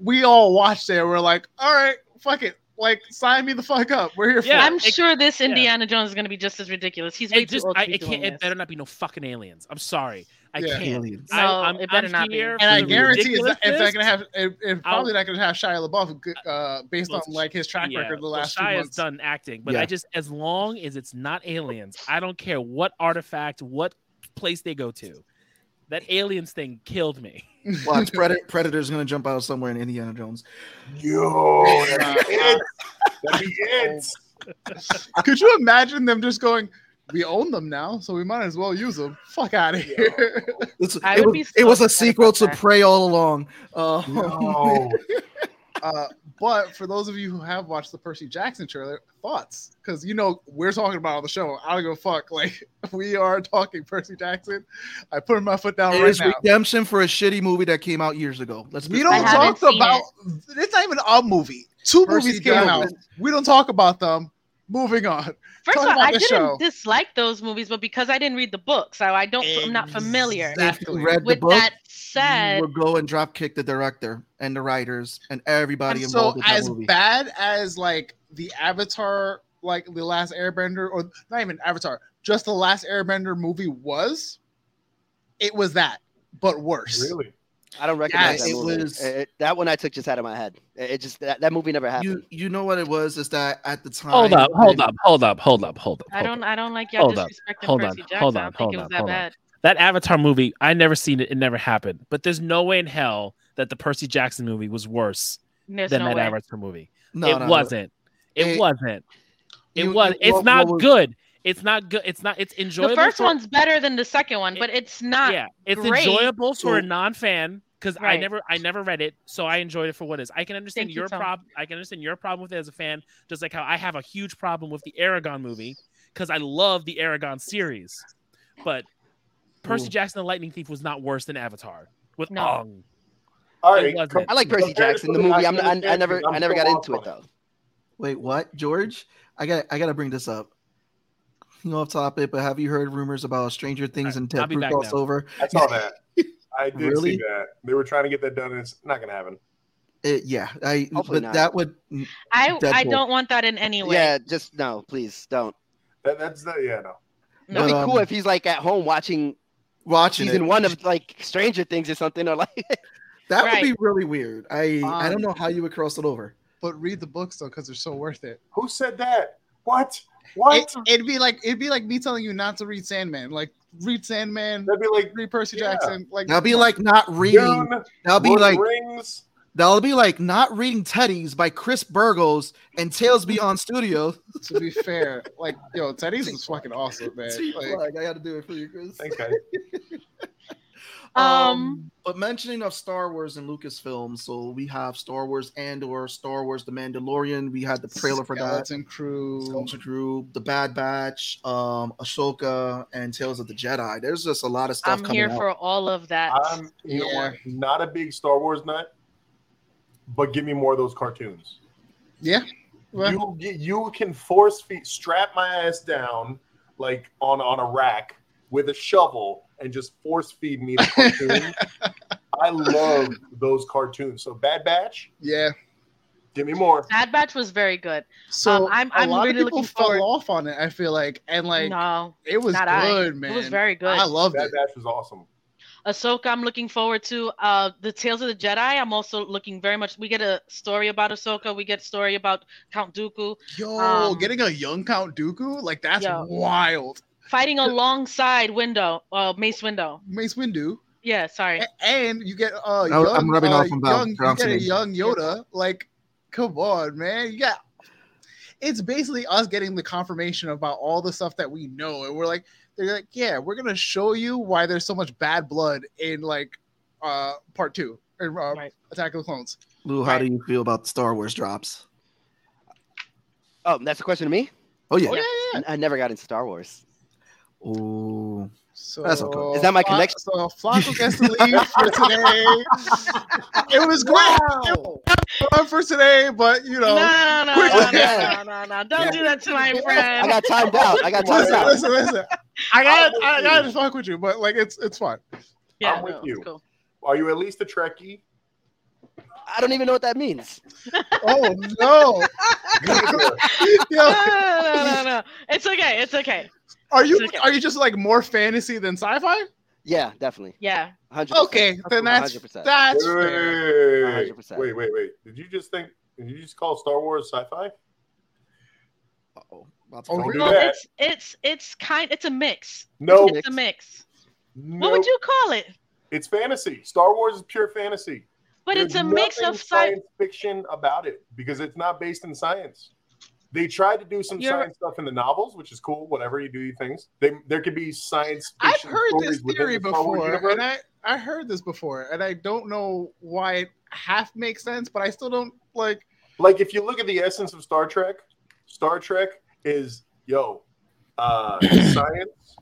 we all watched it. and We're like, all right, fuck it. Like, sign me the fuck up. We're here Yeah, for I'm it- sure this yeah. Indiana Jones is going to be just as ridiculous. He's way it just too old to I, be it doing can't. It this. better not be no fucking aliens. I'm sorry, I Yeah. can't. Aliens. I, No, I'm, it better I'm not be. here And I for the guarantee it's not, it's not ridiculousness. gonna have. It, it's I'll- probably not gonna have Shia LaBeouf uh, based Well, on like his track Yeah, record the well, last few Shia's months. done acting, but Yeah. I just as long as it's not aliens, I don't care what artifact, what place they go to. That aliens thing killed me. Watch, Predator, Predator's gonna jump out somewhere in Indiana Jones. Yo, Uh, that'd be it. That'd be it. Could you imagine them just going, we own them now, so we might as well use them. Fuck out of here. It's- I it, would was, be it so was a upset sequel about to that. Prey all along. Uh, No. Uh, but for those of you who have watched the Percy Jackson trailer, thoughts? Because you know we're talking about it on the show. I don't give a fuck. Like we are talking Percy Jackson. I put my foot down it right is now. redemption for a shitty movie that came out years ago. Let's be We I don't honest. haven't talk seen about. It's not even a movie. Two Percy movies came out. Jackson. We don't talk about them. Moving on. First Talk of all, about I the didn't show. dislike those movies, but because I didn't read the book, so I don't. I'm not familiar. If you Exactly. read the With book, that said, you would go and drop kick the director and the writers and everybody And so involved with that as movie. bad as like the Avatar, like the last Airbender, or not even Avatar, just the last Airbender movie was, it was that, but worse. really? I don't recognize Yes, that it movie. was- It- it- that one I took just out of my head. It, it just that, that movie never happened. you you know what it was is that at the time Hold up, hold up, hold up, hold up, hold up. I hold don't. up. I don't like y'all Hold on, disrespecting hold Percy on, Jackson. hold I on, don't think hold it on, was that hold on. bad. That Avatar movie, I never seen it. It never happened. But there's no way in hell that the Percy Jackson movie was worse There's than no that way. Avatar movie. No, it no, no. wasn't. It, It- wasn't. It you- was. you- It's what- not what was- good. It's not good. It's not. It's enjoyable. The first for- one's better than the second one, but it's not. yeah. It's great. enjoyable for a So- non-fan because I Right. never, I never read it, so I enjoyed it for what it is. I can understand Thank you, your Tom. problem. I can understand your problem with it as a fan, just like how I have a huge problem with the Aragon movie because I love the Aragon series, but Percy Jackson and the Lightning Thief was not worse than Avatar with No. Ong. All It right. wasn't. come- I like Percy Compared to Jackson the something movie. I I'm, I, I understand, never I'm I never so got off into it on it. though. Wait, what, George? I got I got to bring this up. You know, off topic, but have you heard rumors about Stranger Things and I'll Ted be back now. crossover? I saw that. I did Really? see that. They were trying to get that done, and it's not going to happen. It, yeah, I. Hopefully but not. that would. mm, I I Deadpool. don't want that in any way. Yeah, just no, please don't. That, that's the, yeah, no. That'd But, be cool um, if he's like at home watching Watching season it. one of like Stranger Things or something, or like that Right. would be really weird. I I Um, don't know how you would cross it over. But read the books though, because they're so worth it. Who said that? What? What? it. It'd be like it'd be like me telling you not to read Sandman. Like read Sandman, That'd be like read Percy Yeah. Jackson. Like That'll be like not reading. Dune, That'll be Lord of like the Rings. that'll be like not reading Teddy's by Chris Burgos and Tales Beyond Studio. to be fair, like yo, Teddy's was fucking awesome, man. Like, Like, I got to do it for you, Chris. Thanks, guys. Um, but mentioning of Star Wars and Lucasfilm, so we have Star Wars Andor, Star Wars The Mandalorian. We had the trailer for that. Skeleton Crew. Skeleton Crew, The Bad Batch, um, Ahsoka, and Tales of the Jedi. There's just a lot of stuff I'm coming here out. for all of that. Um, I'm you know Yeah. what? Not a big Star Wars nut, but give me more of those cartoons. Yeah. Well, You you can force feed strap my ass down like on on a rack with a shovel and just force feed me the cartoon. I love those cartoons. So Bad Batch, yeah. give me more. Bad Batch was very good. So Um, I'm- a I'm lot really of people looking fell forward- off on it. I feel like, and like no, it was not I. good, man. it was very good. I loved Bad it. Batch was awesome. Ahsoka, I'm looking forward to. Uh, the Tales of the Jedi, I'm also looking very much. We get a story about Ahsoka. We get a story about Count Dooku Yo, Um, getting a young Count Dooku, like that's Yo. wild. fighting alongside Window, uh, Mace Window. Mace Windu, Yeah, sorry. A- and you get uh, I- young, I'm rubbing uh, off on Val young, you get Johnson. a young Yoda. Like, come on, man, you got. It's basically us getting the confirmation about all the stuff that we know, and we're like, they're like, yeah, we're gonna show you why there's so much bad blood in like, uh, part two and Oh, uh, Right. Attack of the Clones. Lou, how do you feel about the Star Wars drops? oh, that's a question to me. Oh yeah. Oh yeah, yeah. I, I never got into Star Wars. Ooh. So That's okay. Is that my Fla- connection? So Flacco gets to leave for today. It was great. It was fun for today, but you No, know, no, no, no, Quick- no, no, no, no. Don't do that to my I friend. got timed out. I got timed listen, out. listen, listen. I got, I got to fuck with you, but like it's it's fun. yeah, I'm with no, you. it's cool. Are you at least a Trekkie? I don't even know what that means. Oh no, No, Yo, no, no, no, no. It's okay. It's okay. are you It's okay. are you just like more fantasy than sci-fi? Yeah, definitely. Yeah. 100%. Okay, then that's 100%. that's fair. wait, wait, wait, wait, 100%. wait, wait, wait. Did you just think? Did you just call Star Wars sci-fi? Uh-oh. Oh, Don't do Well, that. it's it's it's kind. It's a mix. No, It's a mix. no. What would you call it? It's fantasy. Star Wars is pure fantasy. But it's There's a mix nothing of sci. science fiction about it because it's not based in science. They tried to do some You're- science stuff in the novels, which is cool. Whatever you do, you things. They, there could be science. I've fiction heard stories this within theory the Star Wars before, universe. and I I heard this before, and I don't know why it half makes sense, but I still don't like. like if you look at the essence of Star Trek, Star Trek is yo, uh, science,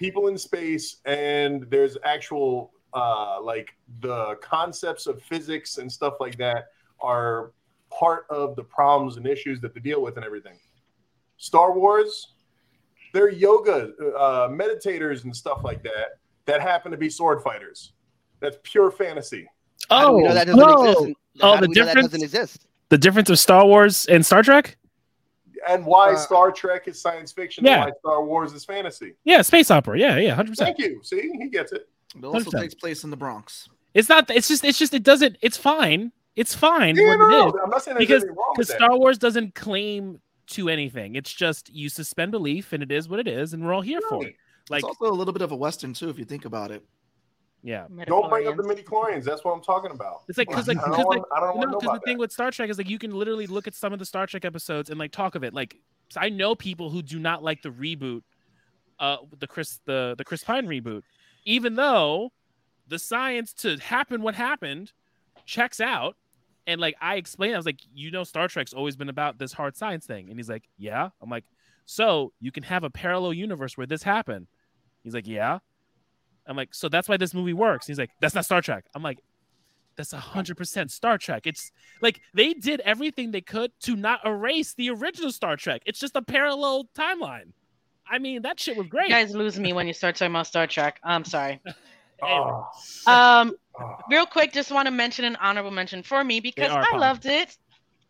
people in space, and there's actual uh, like the concepts of physics and stuff like that are part of the problems and issues that they deal with and everything. Star Wars, they're yoga uh, meditators and stuff like that that happen to be sword fighters. That's pure fantasy. How do Oh, we know that doesn't exist? no. And how Oh, the do we know that difference- doesn't exist. The difference of Star Wars and Star Trek? and why Uh, Star Trek is science fiction Yeah. and why Star Wars is fantasy. Yeah, space opera. Yeah, yeah, hundred percent. Thank you. See, he gets it. It also 100%. takes place in the Bronx. It's not. It's just. It's just. It doesn't. It's fine. It's fine. Yeah, what no, it is. no, I'm not saying there's Because- anything wrong because with that. Star Wars doesn't claim to anything. It's just you suspend belief, and it is what it is, and we're all here for Right. it. Like, it's also a little bit of a western too, if you think about it. yeah, Don't bring up the midi chlorians. That's what I'm talking about. it's like because like I don't because like want I don't no, want to know because the about thing that. with Star Trek is like you can literally look at some of the Star Trek episodes and like talk of it. Like, so I know people who do not like the reboot, uh, the Chris the the Chris Pine reboot, even though the science to happen what happened checks out. And like I explained, I was like, you know, Star Trek's always been about this hard science thing. And he's like, yeah. I'm like, so you can have a parallel universe where this happened. He's like, yeah. I'm like, so that's why this movie works. He's like, that's not Star Trek. I'm like, that's 100% Star Trek. It's like they did everything they could to not erase the original Star Trek. It's just a parallel timeline. I mean, that shit was great. You guys lose me when you start talking about Star Trek. I'm sorry. Oh, Um, oh. real quick, just want to mention an honorable mention for me because are I popular. loved it.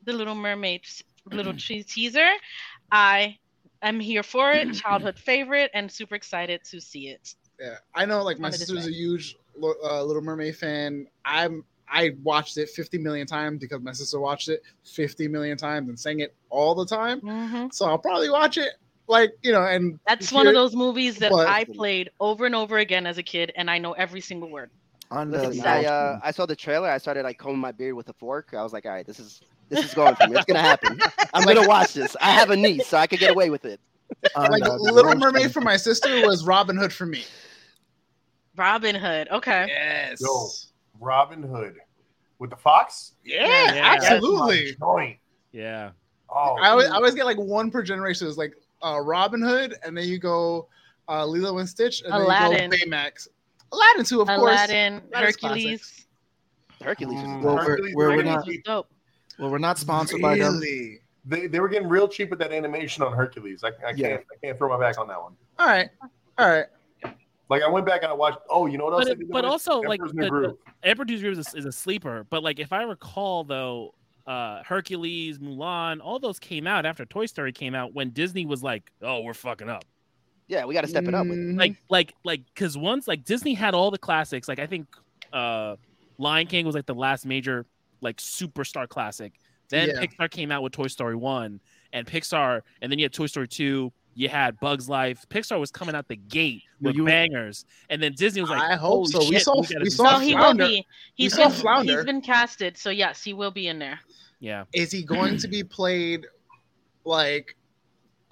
The Little Mermaid little te- teaser. I am here for it. Childhood favorite, and super excited to see it. Yeah, I know like my Wanted to sister's say. a huge Lo- uh, Little Mermaid fan. I'm I watched it 50 million times because my sister watched it 50 million times and sang it all the time. Mhm. So I'll probably watch it like you know and That's hear one of it. those movies that But- I played over and over again as a kid, and I know every single word. On the Listen, I, uh, I saw the trailer. I started like combing my beard with a fork. I was like, all right, this is this is going for me. It's gonna happen. I'm gonna watch this. I have a niece, so I could get away with it. on Like the Little Bronx- Mermaid for my sister was Robin Hood for me. Robin Hood. Okay. Yes. Yo. Robin Hood with the fox. Yeah, Yeah. absolutely. That's my joint. Yeah. Oh, I always, I always get like one per generation. It's like uh, Robin Hood, and then you go uh, Lilo and Stitch, and Aladdin. then you go Baymax. Aladdin too, of course. Aladdin, That is Hercules. Hercules was Mm. Well, nuts. we're, Hercules we're, we're Mermaid. not Hercules was dope. well, we're not sponsored by them. Really? they, they were getting real cheap with that animation on Hercules. I, I can't Yeah. I can't throw my back on that one. All right, all right. Like I went back and I watched. Oh, you know what else? But, they it, did but with also, like, Emperor's New the, the, Groove? Emperor Dude's Groove is, a- is a sleeper. But, like, if I recall, though, uh, Hercules, Mulan, all those came out after Toy Story came out when Disney was like, oh, we're fucking up. Yeah, we got to step it up. With it. Mhm. like like like because once like disney had all the classics like i think uh lion king was like the last major like superstar classic then Yeah. pixar came out with toy story 1 and pixar and then you had toy story 2 you had bugs life pixar was coming out the gate No, with you- bangers and then disney was like I hope "Holy so. We shit, saw- gotta we do saw No, something." he Flounder. will be. He's saw been, Flounder. he's been casted, so yes, he will be in there. yeah Is he going to be played like?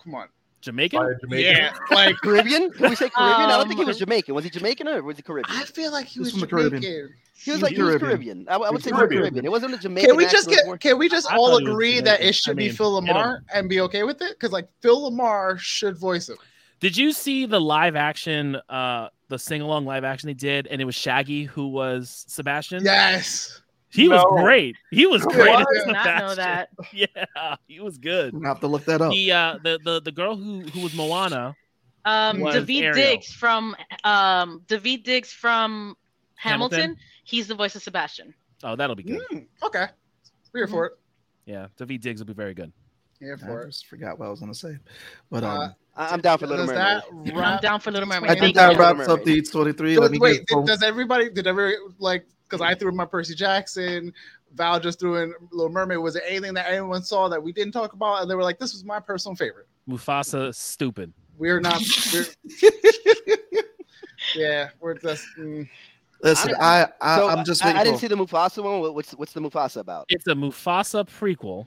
Come on. jamaican By a Jamaican. Yeah, like Caribbean? Can we say Caribbean? I don't think he was Um, Jamaican. Was he Jamaican or was he Caribbean? I feel like he He's was from the Caribbean. Jamaican. he was like he was Caribbean. I, I would He's say he was Caribbean. Caribbean. It wasn't a Jamaican. Can we just accent, get? it was Can we just I all thought he was agree that Jamaican. it should I be mean, Phil I don't Lamar and be okay with it? Because like Phil Lamar should voice it. Did you see the live action, uh, the sing along live action they did, and it was Shaggy who was Sebastian? Yes. he was No. great. He was Who great. was? as I did not know Sebastian. that. Yeah, he was good. We're gonna have to look that up. The uh, the the the girl who who was Moana. Um, Was David Ariel. Diggs from um, David Diggs from Hamilton. Hamilton? He's the voice of Sebastian. Oh, that'll be good. Mm, okay. We're here for it. Yeah, David Diggs will be very good. Here I for it. just forgot what I was gonna say, but um, Uh, I- I'm down for Does Little Mermaid. that I'm wrap- down for Little Mermaid. I I think think that that's wraps up Mermaid. the Eats 23. Does- Let me wait, get full- does everybody did every like because I threw in my Percy Jackson, Val just threw in Little Mermaid. Was there anything that anyone saw that we didn't talk about? And they were like, this was my personal favorite. Mufasa, is stupid. We're not we're, Yeah, we're just mm. Listen, I, I, So, I'm just I, waiting. I for didn't see the Mufasa one. What- What's what's the Mufasa about? It's a Mufasa prequel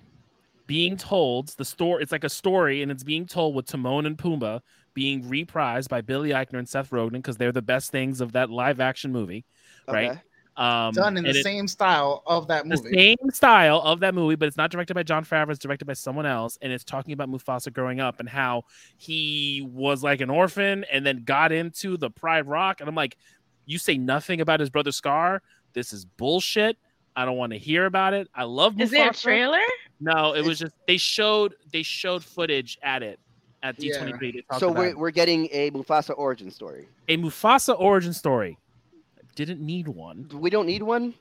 being told the story. It's like a story, and it's being told with Timon and Pumbaa being reprised by Billy Eichner and Seth Rogen because they're the best things of that live action movie. Right. Okay. Um, Done in and the it- same style of that the movie. same style of that movie, but it's not directed by John Favreau. It's directed by someone else, and it's talking about Mufasa growing up and how he was like an orphan and then got into the Pride Rock. And I'm like, you say nothing about his brother Scar. This is bullshit. I don't want to hear about it. I love Mufasa. Is there a trailer? No, it was just they showed they showed footage at it at Yeah. D23. They talked So about we're it. we're getting a Mufasa origin story. a Mufasa origin story. Didn't need one, We don't need one,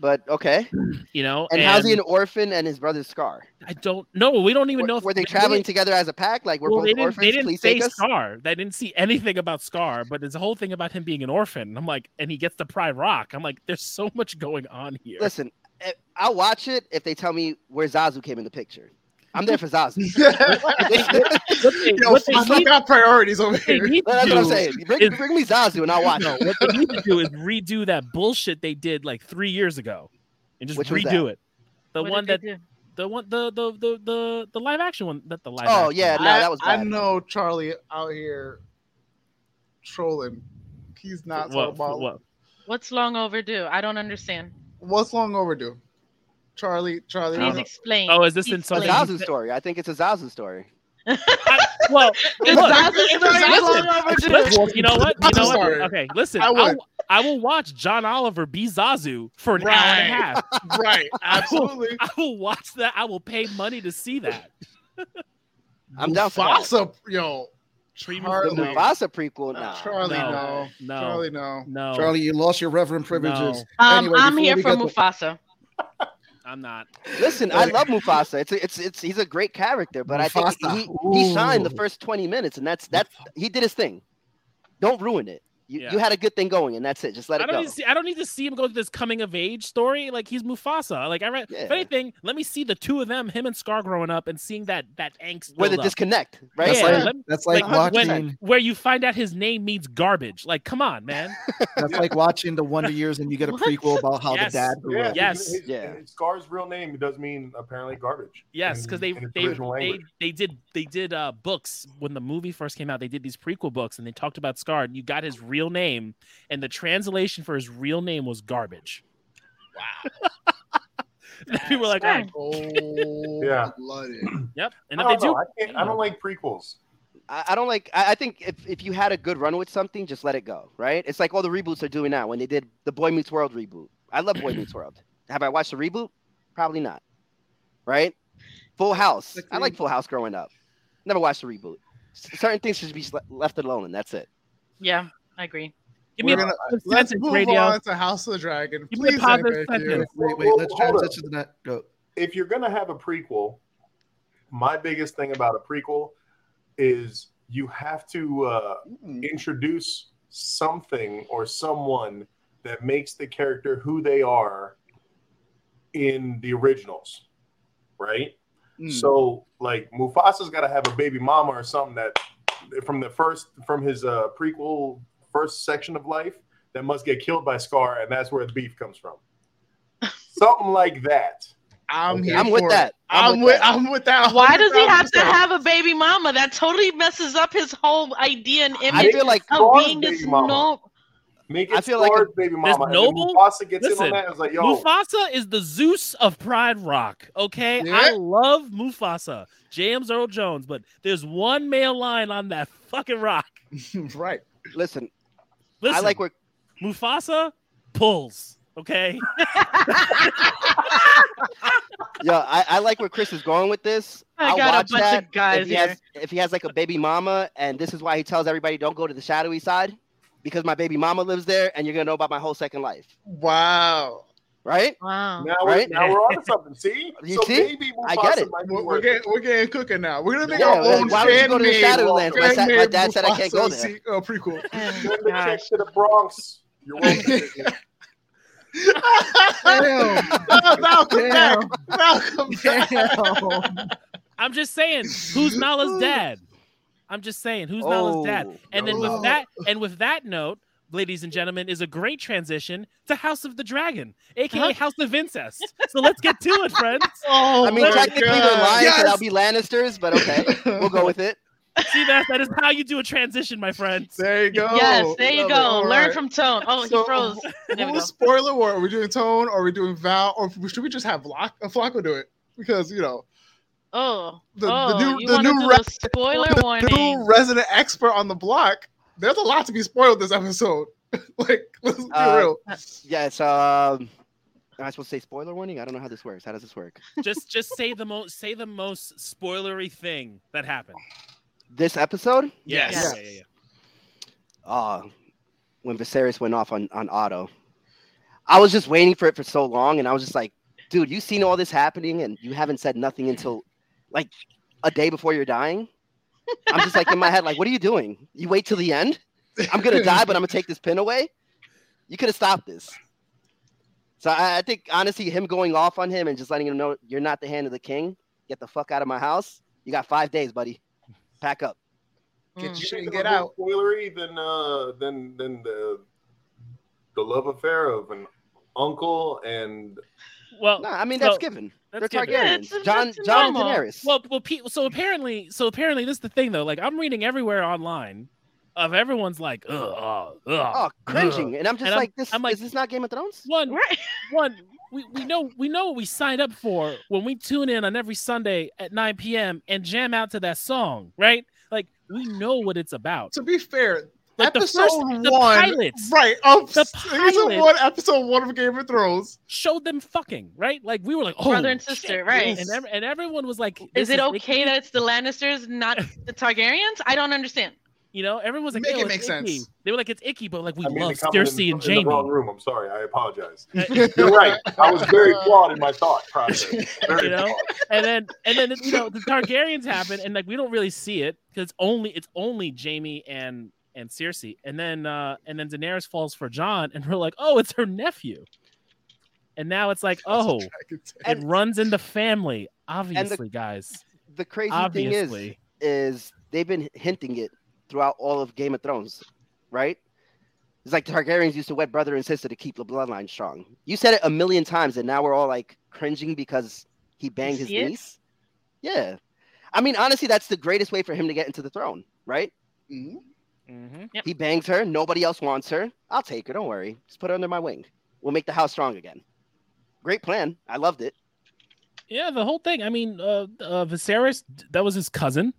but okay. you know. And, how's he an orphan and his brother's Scar? I don't know. We don't even Were, know. were they didn't- traveling together as a pack? Like we're well, they both didn't, they orphans. didn't Please say take us. Scar. They didn't see anything about Scar, but there's a whole thing about him being an orphan. I'm like, and he gets the Pride Rock. I'm like, there's so much going on here. Listen, eh, I'll watch it if they tell me where Zazu came in the picture. I'm there for Zazu. What they, you know, what they fuck, I need, got priorities over what they here. need to That's what I'm do- saying. Bring, is- bring me Zazu and I'll watch no, it. what they need to do is redo that bullshit they did like three years ago, and just Which was redo that? it. The What one did that they do? the one the the the the, the live action one that the live. Oh action yeah, no, one. that was I, bad. I know Charlie out here trolling. He's not What- so about what- What's long overdue? I don't understand. what's long overdue. Charlie, Charlie, I don't Please know. explain. Oh, is this in A Southern- Explain. Zazu story. I think it's a Zazu story. I- well, It's look, not- it's not- Zazu listen, long overdue. Listen, Listen, you know what? You I'm know what? sorry. Okay, listen. I I will, would. I will watch John Oliver be Zazu for an hour and a Right. half. right? Absolutely. I will watch that. I will pay money to see that. I'm down for that. Mufasa, yo, Primo The Charlie, Really? Mufasa prequel. Nah. Charlie, No. no, No. Charlie, no. No, Charlie, you lost your reverend privileges. no, Um, Anyway, I'm before here we for get the- Mufasa. I'm not. Listen, I love Mufasa. It's a, it's it's he's a great character, but I Mufasa. think he, he shined the Ooh. first 20 minutes, and that's that he did his thing. Don't ruin it. You, Yeah. you had a good thing going, and that's it. Just let I it don't go. need to see. I don't need to see him go through this coming of age story. Like he's Mufasa. Like I read. If Yeah. anything, let me see the two of them, him and Scar, growing up, and seeing that that angst. Where the build up. disconnect, right? That's Yeah, like let me- that's like, like, watching when- where you find out his name means garbage. Like, come on, man. that's like watching the Wonder Years and you get a What? prequel about how Yes. the dad grew Yeah, up. Yes. his- Yeah. his- Scar's real name does mean apparently garbage. Yes, in- because they in its they, original they language. they did they did uh, books when the movie first came out. They did these prequel books and they talked about Scar. And you got his real name, and the translation for his real name was garbage. Wow. People were like, Scar. oh, Oh, Yeah. bloody. yep. And I if they don't, do, know. I, can't, I don't like prequels. I, I don't like. I, I think if, if you had a good run with something, just let it go. Right? It's like all the reboots are doing now. When they did the Boy Meets World reboot, I love Boy Meets World. Have I watched the reboot? Probably not. Right? Full House. I like Full House growing up. Never watched the reboot. S- Certain things should be s- left alone, and that's it. Yeah, I agree. give me a We're gonna- positive Let's sentence, move radio. on to House of the Dragon. Give me a Please, I positive beg you. sentence. Wait, wait, Whoa, let's hold up. transition to that. Go. If you're gonna have a prequel, my biggest thing about a prequel is you have to uh, introduce something or someone that makes the character who they are in the originals, right? Mm. So like Mufasa's got to have a baby mama or something that from the first from his uh, prequel first section of life that must get killed by Scar, and that's where the beef comes from. something like that. I'm here. I'm with for that. It. I'm, with. that. I'm with that. Why does he have to 100%. have a baby mama? That totally messes up his whole idea and I image feel like of Scar's being this baby mama. no. Make I it feel like Scar's baby mama. and then noble- Mufasa gets listen, in on that. and is like, yo, Mufasa is the Zeus of Pride Rock. Okay, I Yeah. love Mufasa, James Earl Jones, but there's one male line on that fucking rock. right. Listen, Listen, I like where Mufasa pulls. Okay, yeah, I, I like where Chris is going with this. I I'll got watch a bunch that. of guys if he here. has if he has like a baby mama and this is why he tells everybody don't go to the shadowy side because my baby mama lives there and you're gonna know about my whole second life Wow. right wow. now, Right? we're, now we're on something. See, You so see? maybe I Mufasa get it. might be We're, we're worth getting it. we're getting cooking now. We're gonna make Yeah, our like, own why would you go to the fan-made- Shadowlands? My sa- my fan-made dad said I can't go Mufasa there. se- uh, prequel. Oh, Send the gosh. chick to the Bronx. You're welcome. Damn. Oh, Malcolm back. Damn. Malcolm back. Damn. I'm just saying, who's Nala's dad? I'm just saying, who's Nala's dad? Oh, And then no. with that, and with that note, ladies and gentlemen, is a great transition to House of the Dragon, aka Uh-huh. House of Incest. So let's get to it, friends. Oh, I mean, my technically they're God. lying. Yes! so That'll be Lannisters, but okay, we'll go with it. See that? That is how you do a transition, my friends. There you go. yes, there you Oh, Love it. go. All Learn right. from Tone. Oh, So, he froze. who- There we who's spoiler war? Are we doing Tone? Are we doing Val? Or should we just have Flock? Uh, Flocko do it because you know Oh, The- the oh, new- you the want to new do re- the spoiler the new warning? resident expert on the block. There's a lot to be spoiled this episode. like, let's be Uh, real. Yes. Um, am I supposed to say spoiler warning? I don't know how this works. How does this work? Just just say the most say the most spoilery thing that happened. This episode? Yes. Yes. Yeah, yeah, yeah. Ah, when Viserys went off on on Otto, I was just waiting for it for so long, and I was just like, dude, you've seen all this happening, and you haven't said nothing until like a day before you're dying. I'm just like in my head, like, what are you doing? You wait till the end? I'm gonna die, but I'm gonna take this pin away. You could have stopped this. So I, I think honestly, him going off on him and just letting him know you're not the hand of the king. Get the fuck out of my house. You got five days, buddy. Pack up. Get Mm. your You shit think and it's get a little out. spoilery than uh than than the the love affair of an uncle and Well, No, I mean so- that's given. that's They're given. Yeah, Targaryens. it's- it's John, just John, and normal. Daenerys. Well, well, pe- so apparently, so apparently, this is the thing though. Like, I'm reading everywhere online, of everyone's like, ugh, ugh, ugh, oh, cringing, and I'm just And I'm- like, this. I'm like- is this not Game of Thrones? One, Mm. Right. one, we, we know we know what we signed up for when we tune in on every Sunday at 9 p.m. and jam out to that song, right? Like, we know what it's about. To be fair, Like the episode first, the one, pilots right? Of The season pilot- one, episode one of Game of Thrones. showed them fucking right. Like, we were like, oh, Brother and sister, right. and, ev- and everyone was like, Is this it icky. okay that it's the Lannisters, not the Targaryens? I don't understand. You know, everyone was like, Make "Ew, it it's make sense." icky." They were like, it's icky, but like we I made love the comment Cersei in, and in Jamie. the wrong room. I'm sorry, I apologize. You're You're right. I was very Uh, flawed in my thought process. Very You know? flawed. and then and then you know the Targaryens happen, and like we don't really see it because it's only it's only Jamie and and Cersei, and then uh and then Daenerys falls for John, and we're like, oh, it's her nephew, and now it's like, oh, it runs in the family, obviously, guys, The crazy thing obviously. is, is they've been hinting it throughout all of Game of Thrones, right? It's like the Targaryens used to wed brother and sister to keep the bloodline strong. You said it a million times, and now we're all like cringing because he banged his see it? niece. Yeah, I mean, honestly, that's the greatest way for him to get into the throne, right? Yep. He bangs her. Nobody else wants her. I'll take her. Don't worry. Just put her under my wing. We'll make the house strong again. Great plan. I loved it. Yeah, the whole thing. I mean, uh, uh Viserys, that was his cousin,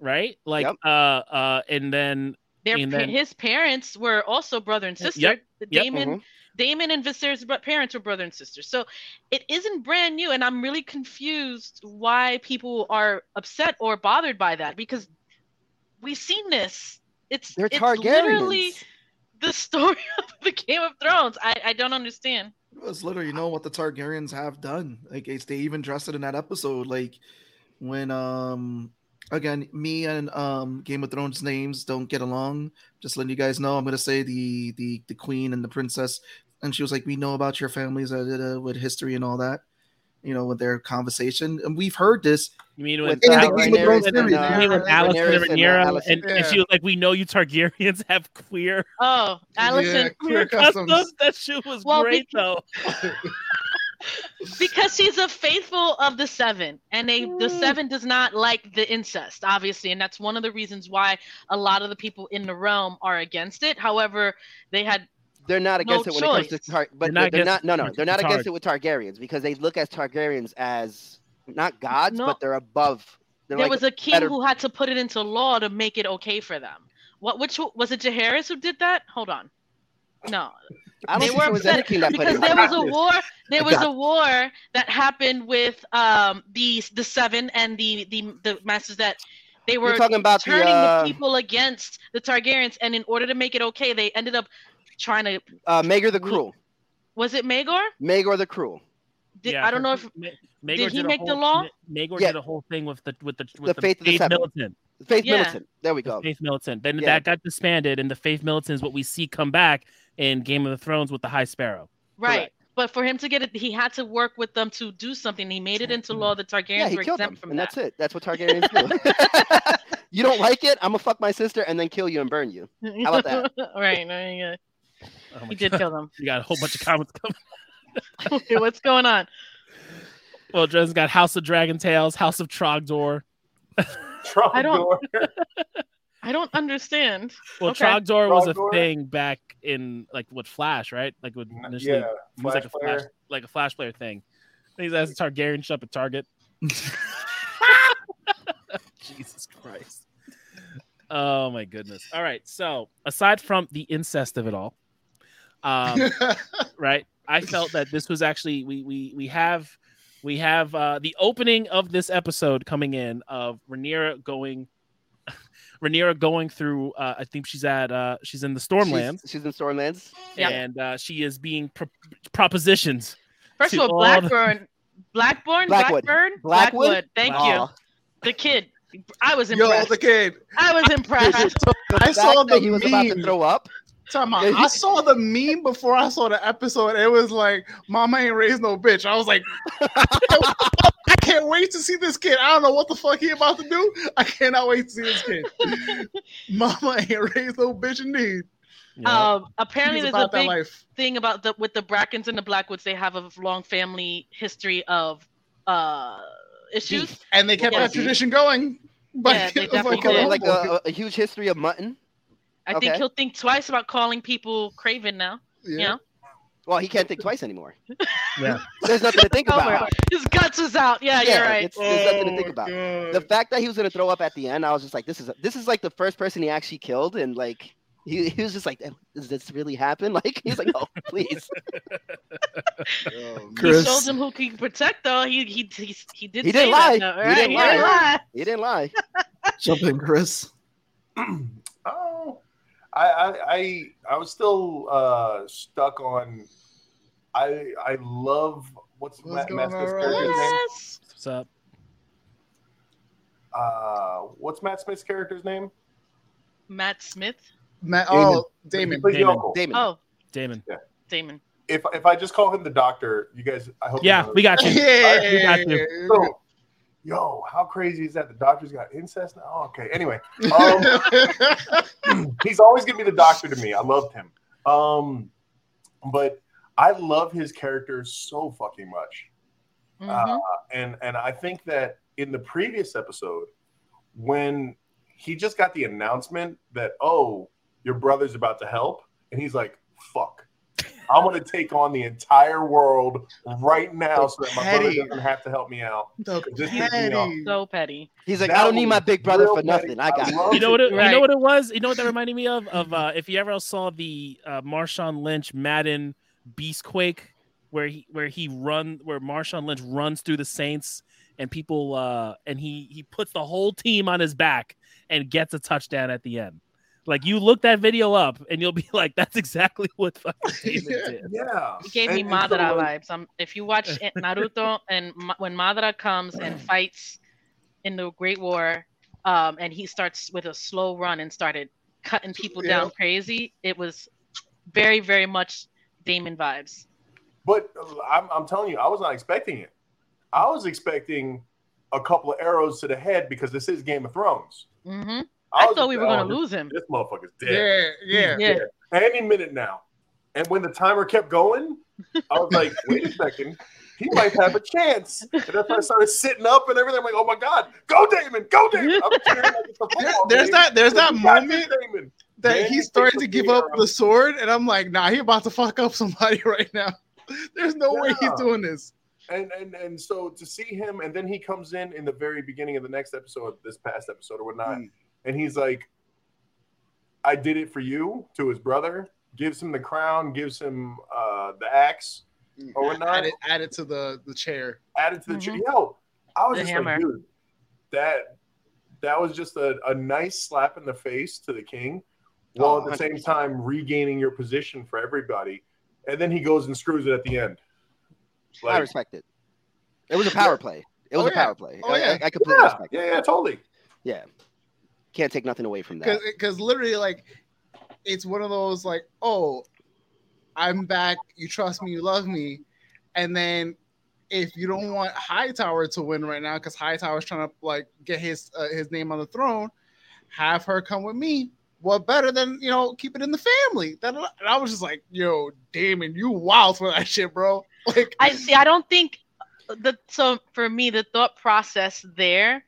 right? Like, Yep. uh, uh, and then Their And pa- then- his parents were also brother and sister. yep, The yep, Damon, mm-hmm. Damon and Viserys' bro- parents were brother and sister. So it isn't brand new, and I'm really confused why people are upset or bothered by that because we've seen this. It's They're it's Targaryens. literally the story of the Game of Thrones. I, I don't understand. It's literally, you know what the Targaryens have done. Like it's, they even addressed it in that episode. Like when um again, me and um Game of Thrones names don't get along. Just letting you guys know, I'm gonna say the the the queen and the princess, and she was like, "We know about your families uh, uh, with history and all that." You know, with their conversation, and we've heard this. You mean With with, the Alex Game of Thrones and, series, you mean yeah. with Alex Daenerys and, uh, Rhaenyra, Alex- and, and, she Yeah. was like, "We know you Targaryens have queer Oh, Allison, queer customs." customs. That shit was Well, great, though. because she's a faithful of the seven and they the Mm. seven does not like the incest obviously and that's one of the reasons why a lot of the people in the realm are against it hover they had They're not against No it when it comes choice. to Tar- They're but they're not not, against- no no they're not Targ- against it with Targaryens because they look at Targaryens as not gods, No. but they're above. They're there like was a king better- who had to put it into law to make it okay for them what which one- was it Jaharis who did that hold on no I they don't think were there was upset any king that put because it. there in. was a this. war there I was got a war that happened with um the the seven and the the the masters that they were You're talking about the, turning the, uh, people against the Targaryens, and in order to make it okay, they ended up trying to. uh, Maegor the Cruel. Was it Magor? Maegor the Cruel. Did, Yeah, I don't know if. Ma- Maegor did he a make the whole- law? Ma- Maegor Yeah. did a whole thing with the with the with The Faith of the Seven. militant, Faith Yeah. Militant. There we the go. faith militant. Then Yeah. that got disbanded, and the faith militant is what we see come back in Game of the Thrones with the High Sparrow. Right. Correct. But for him to get it, he had to work with them to do something. He made it into law that Targaryens yeah, he were killed exempt them, from and that. that's it. That's what Targaryens do. you don't like it? I'm gonna fuck my sister and then kill you and burn you. How about that? right. no, yeah. Oh my He did God. kill them. You got a whole bunch of comments coming. Okay, What's going on? Well, Dresden's got House of Dragon Tales, House of Trogdor. Trump I don't- door. I don't understand. Well, Okay. Trogdor was a Trogdor. thing back in like what Flash, right? Like would initially yeah, he was flash like a flash, player. like a Flash player thing. I think that's a Targaryen shop at Target. Jesus Christ. Oh my goodness. All right. So aside from the incest of it all, um, right? I felt that this was actually we we we have we have uh, the opening of this episode coming in of Rhaenyra going Rhaenyra going through. Uh, I think she's at uh, she's in the Stormlands She's, she's in Stormlands. Yeah. and uh, she is being pro- propositioned. First To of all, all the- Blackburn, Blackburn, Blackwood. Blackburn, Blackwood? Thank you. Aw. The kid. I was Yo, impressed. the kid. I was impressed. The I saw fact the that he was about to meme. throw up. Time out. Yeah, he- I saw the meme before I saw the episode. It was like, "Mama ain't raised no bitch." I was like, "I can't wait to see this kid." I don't know what the fuck he about to do. I cannot wait to see this kid. Mama ain't raised no bitch indeed. Um, apparently, He's there's a about that big life. thing about the with the Brackens and the Blackwoods. They have a long family history of uh, issues. and they kept Yeah. that tradition going. But Yeah, they it was definitely like, Okay, did. a uh, like rumble. a, a huge history of mutton. I think Okay. he'll think twice about calling people Craven now. yeah. Well, he can't think twice anymore. Yeah. There's nothing to think Oh about. my God. His guts was out. Yeah, Yeah, you're right. it's- there's nothing to think my about. Oh, God. the fact that he was gonna throw up at the end, I was just like, this is this is like the first person he actually killed, and like he, he was just like, does this really happen? Like he's like, oh please, He Oh, Chris. showed him who he could protect, though. He he he, he did. He say didn't that, lie. though. He All right, didn't he didn't lie. lie. he didn't lie. Jump in, Chris. oh, I, I I I was still uh, stuck on. I I love what's, What's Matt going Smith's on, character's name? Yes. What's up? Uh, what's Matt Smith's character's name? Matt Smith. Matt, oh, Damon. Please, Damon. Yoko. Damon, Oh, Damon. Damon. If if I just call him the doctor, you guys, I hope. you Yeah, know. we got you. Yeah. got you. So, yo, how crazy is that? The doctor's got incest now. Oh, okay. Anyway, um, he's always gonna be the doctor to me. I loved him. Um, but I love his character so fucking much. Mhm. Uh, and and I think that in the previous episode, when he just got the announcement that oh your brother's about to help, and he's like fuck, I'm gonna take on the entire world right now so that my brother Petty. doesn't have to help me out. The This is, you petty. know, so petty. he's like, That I don't need was my big brother real for petty. nothing. I got it. love You know what? It, You Right. know what it was. You know what that reminded me of? Of uh, if you ever else saw the uh, Marshawn Lynch Madden Beastquake, where he where he run where Marshawn Lynch runs through the Saints and people uh, and he he puts the whole team on his back and gets a touchdown at the end. Like you look that video up and you'll be like, that's exactly what fucking David did. Yeah, It gave me And- and so, Madara like, vibes. Um, if you watch it- Naruto and Ma- when Madara comes and fights in the Great War, um, and he starts with a slow run and started cutting people Yeah. down crazy, it was very, very much Damon vibes. But I'm, I'm telling you, I was not expecting it. I was expecting a couple of arrows to the head because this is Game of Thrones. hmm I, thought we were going to lose him. oh, This motherfucker's dead Yeah, yeah. Yeah. any minute now. And when the timer kept going, I was like, wait a second, he might have a chance. And that's when I started sitting up and everything. I'm like, oh my God, go Damon, go Damon. I'm cheering like it's a football There- there's game. that there's that You got this, moment Damon. that Damon he's starting takes to a give up beer. the sword, and I'm like, nah, he about to fuck up somebody right now. There's no way he's Yeah. doing this. and and and so to see him and then he comes in in the very beginning of the next episode this past episode or whatnot Mm. and he's like i did it for you to his brother gives him the crown gives him uh the axe Or we're not- Added, added to the the chair. added to the chair. yo i was The just hammer. like dude that that was just a, a nice slap in the face to the king while Oh, at the same 100%. time regaining your position for everybody and then he goes and screws it at the end I respect it. It was a power play. It was Oh, a yeah. power play. Oh, I- yeah. I, I completely yeah, respect it. yeah yeah totally Yeah, can't take nothing away from that. because literally like it's one of those like oh i'm back you trust me you love me And then if you don't want Hightower to win right now because Hightower's trying to like get his uh, his name on the throne, have her come with me. What better than you know keep it in the family? Da-da-da. And I was just like, yo, Damon, you wild for that shit, bro. Like I see. I don't think uh, the so for me the thought process there.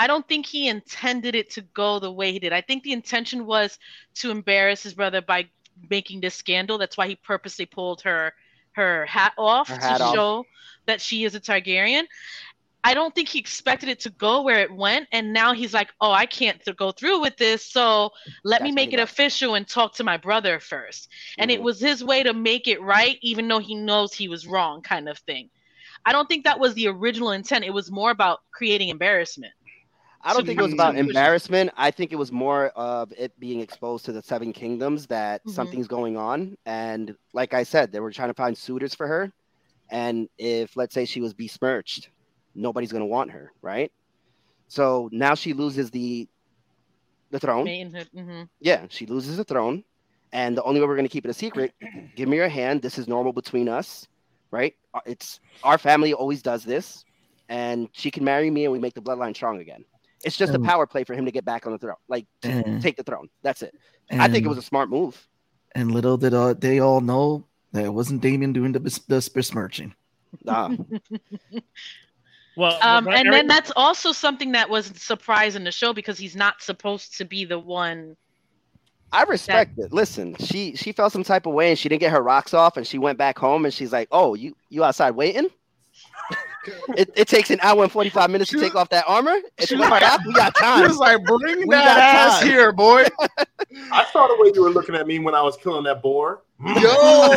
I don't think he intended it to go the way he did. I think the intention was to embarrass his brother by making this scandal. That's why he purposely pulled her her hat off Her hat to off. show that she is a Targaryen. I don't think he expected it to go where it went, and now he's like, "Oh, I can't th- go through with this, so let That's me what make it he does. official and talk to my brother first. And it Mhm. was his way to make it right, even though he knows he was wrong, kind of thing. I don't think that was the original intent. It was more about creating embarrassment. I don't to think it was me- about embarrassment. I think it was more of it being exposed to the Seven Kingdoms that Mhm. something's going on. And like I said, they were trying to find suitors for her. And if, let's say, she was besmirched, nobody's going to want her, right? So now she loses the the throne. Maidenhood, mhm. Yeah, she loses the throne. And the only way we're going to keep it a secret, give me your hand. This is normal between us, right? Uh, It's our family always does this. And she can marry me and we make the bloodline strong again. It's just a Oh. power play for him to get back on the throne, like And, take the throne. That's it. I Mm. think it was a smart move. And little did uh, they all know that it wasn't Damien doing the, bes- the besmirching. Nah. Well, Um, right- and every- then that's also something that was a surprise in the show because he's not supposed to be the one. I respect it. Listen, she she felt some type of way and she didn't get her rocks off and she went back home and she's like, "Oh, you you outside waiting? it, it takes an hour and forty five minutes to She- take off that armor. It's she- one o'clock. We got he time. was like, bring We that got ass time. here, boy. I saw the way you were looking at me when I was killing that boar. Mm, Yo,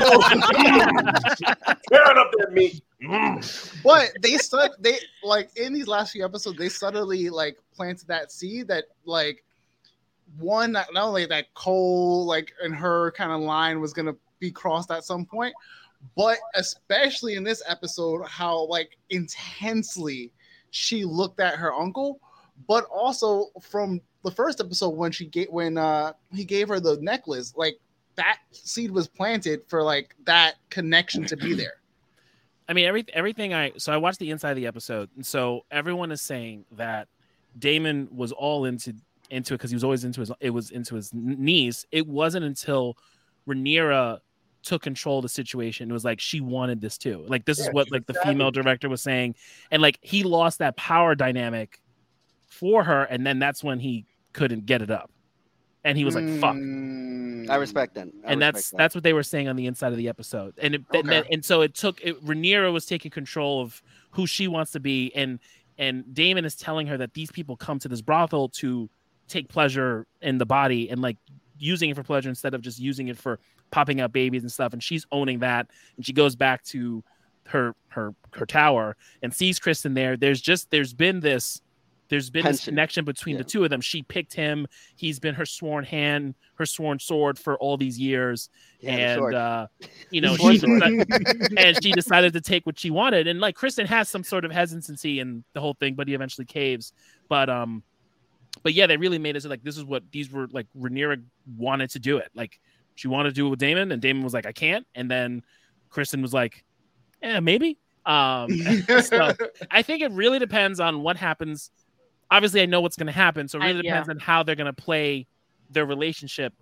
Tearing up that meat. Mm. but they stud they like in these last few episodes they subtly like planted that seed that like one not not only that Cole like and her kind of line was gonna be crossed at some point, but especially in this episode how like intensely she looked at her uncle, but also from the first episode when she gave when uh he gave her the necklace like that seed was planted for like that connection to be there. I mean, every, everything I so I watched the inside of the episode, and so everyone is saying that Damon was all into into it because he was always into his it was into his niece. It wasn't until Rhaenyra took control of the situation. It was like she wanted this too. Like this Yeah, is what she like the was female savage. director was saying, and like he lost that power dynamic for her, and then that's when he couldn't get it up, and he was like, "Fuck, Mm. I respect that. I and that's respect that. that's what they were saying on the inside of the episode. And it, and, Okay. then- and so it took it, Rhaenyra was taking control of who she wants to be, and and Damon is telling her that these people come to this brothel to take pleasure in the body and like using it for pleasure instead of just using it for popping out babies and stuff. And she's owning that, and she goes back to her her her tower and sees Kristen there. There's just there's been this. There's been this Tension. connection between the Yeah. two of them. She picked him. He's been her sworn hand, her sworn sword for all these years Yeah, the and sword. uh, you know, Sword she sword. deci- and she decided to take what she wanted. And like Kristen has some sort of hesitancy in the whole thing, but he eventually caves. But um, but yeah, they really made it so like this is what these were like. Rhaenyra wanted to do it. Like she wanted to do it with Damon, and Damon was like, I can't. And then Kristen was like, Yeah, maybe. Um, Mm. so I think it really depends on what happens. Obviously, I know what's going to happen, so it I- really depends on how they're going to play their relationship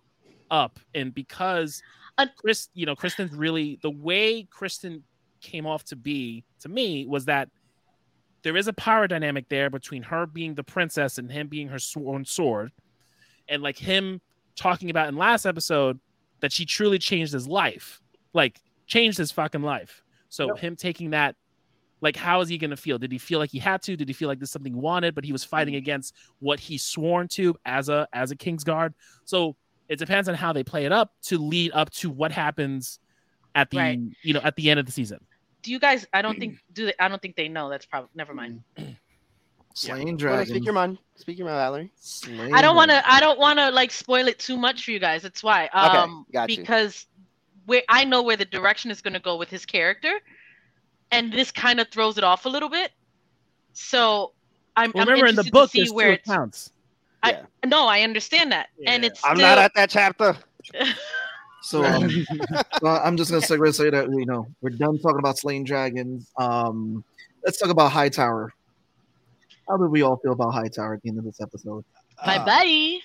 up. And because Un- Chris, you know, Kristen's really the way Kristen came off to be to me was that there is a power dynamic there between her being the princess and him being her sworn sword, and like him talking about in last episode that she truly changed his life, like changed his fucking life. So Yep. him taking that like how is he going to feel did he feel like he had to did he feel like this is something he wanted but he was Mm-hmm. fighting against what he sworn to as a as a king's guard so it depends on how they play it up to lead up to what happens at the Right. you know at the end of the season Do you guys? I don't think. Do they, I don't think they know. That's probably. Never mind. Slaying Well, dragons. speak your mind. Speak your mind, Valerie. Slaying I don't want dragons. to. I don't want to like spoil it too much for you guys. That's why. Um, got you. because where I know where the direction is going to go with his character, and this kind of throws it off a little bit. So I'm. I'm remember in the interested to book see there's two where it's. accounts I- yeah. No, I understand that, and Yeah. it's. I'm still- not at that chapter. So um, so I'm just gonna segue say that you know we're done talking about slaying dragons. Um, let's talk about Hightower. How did we all feel about Hightower at the end of this episode? Bye Uh, bye.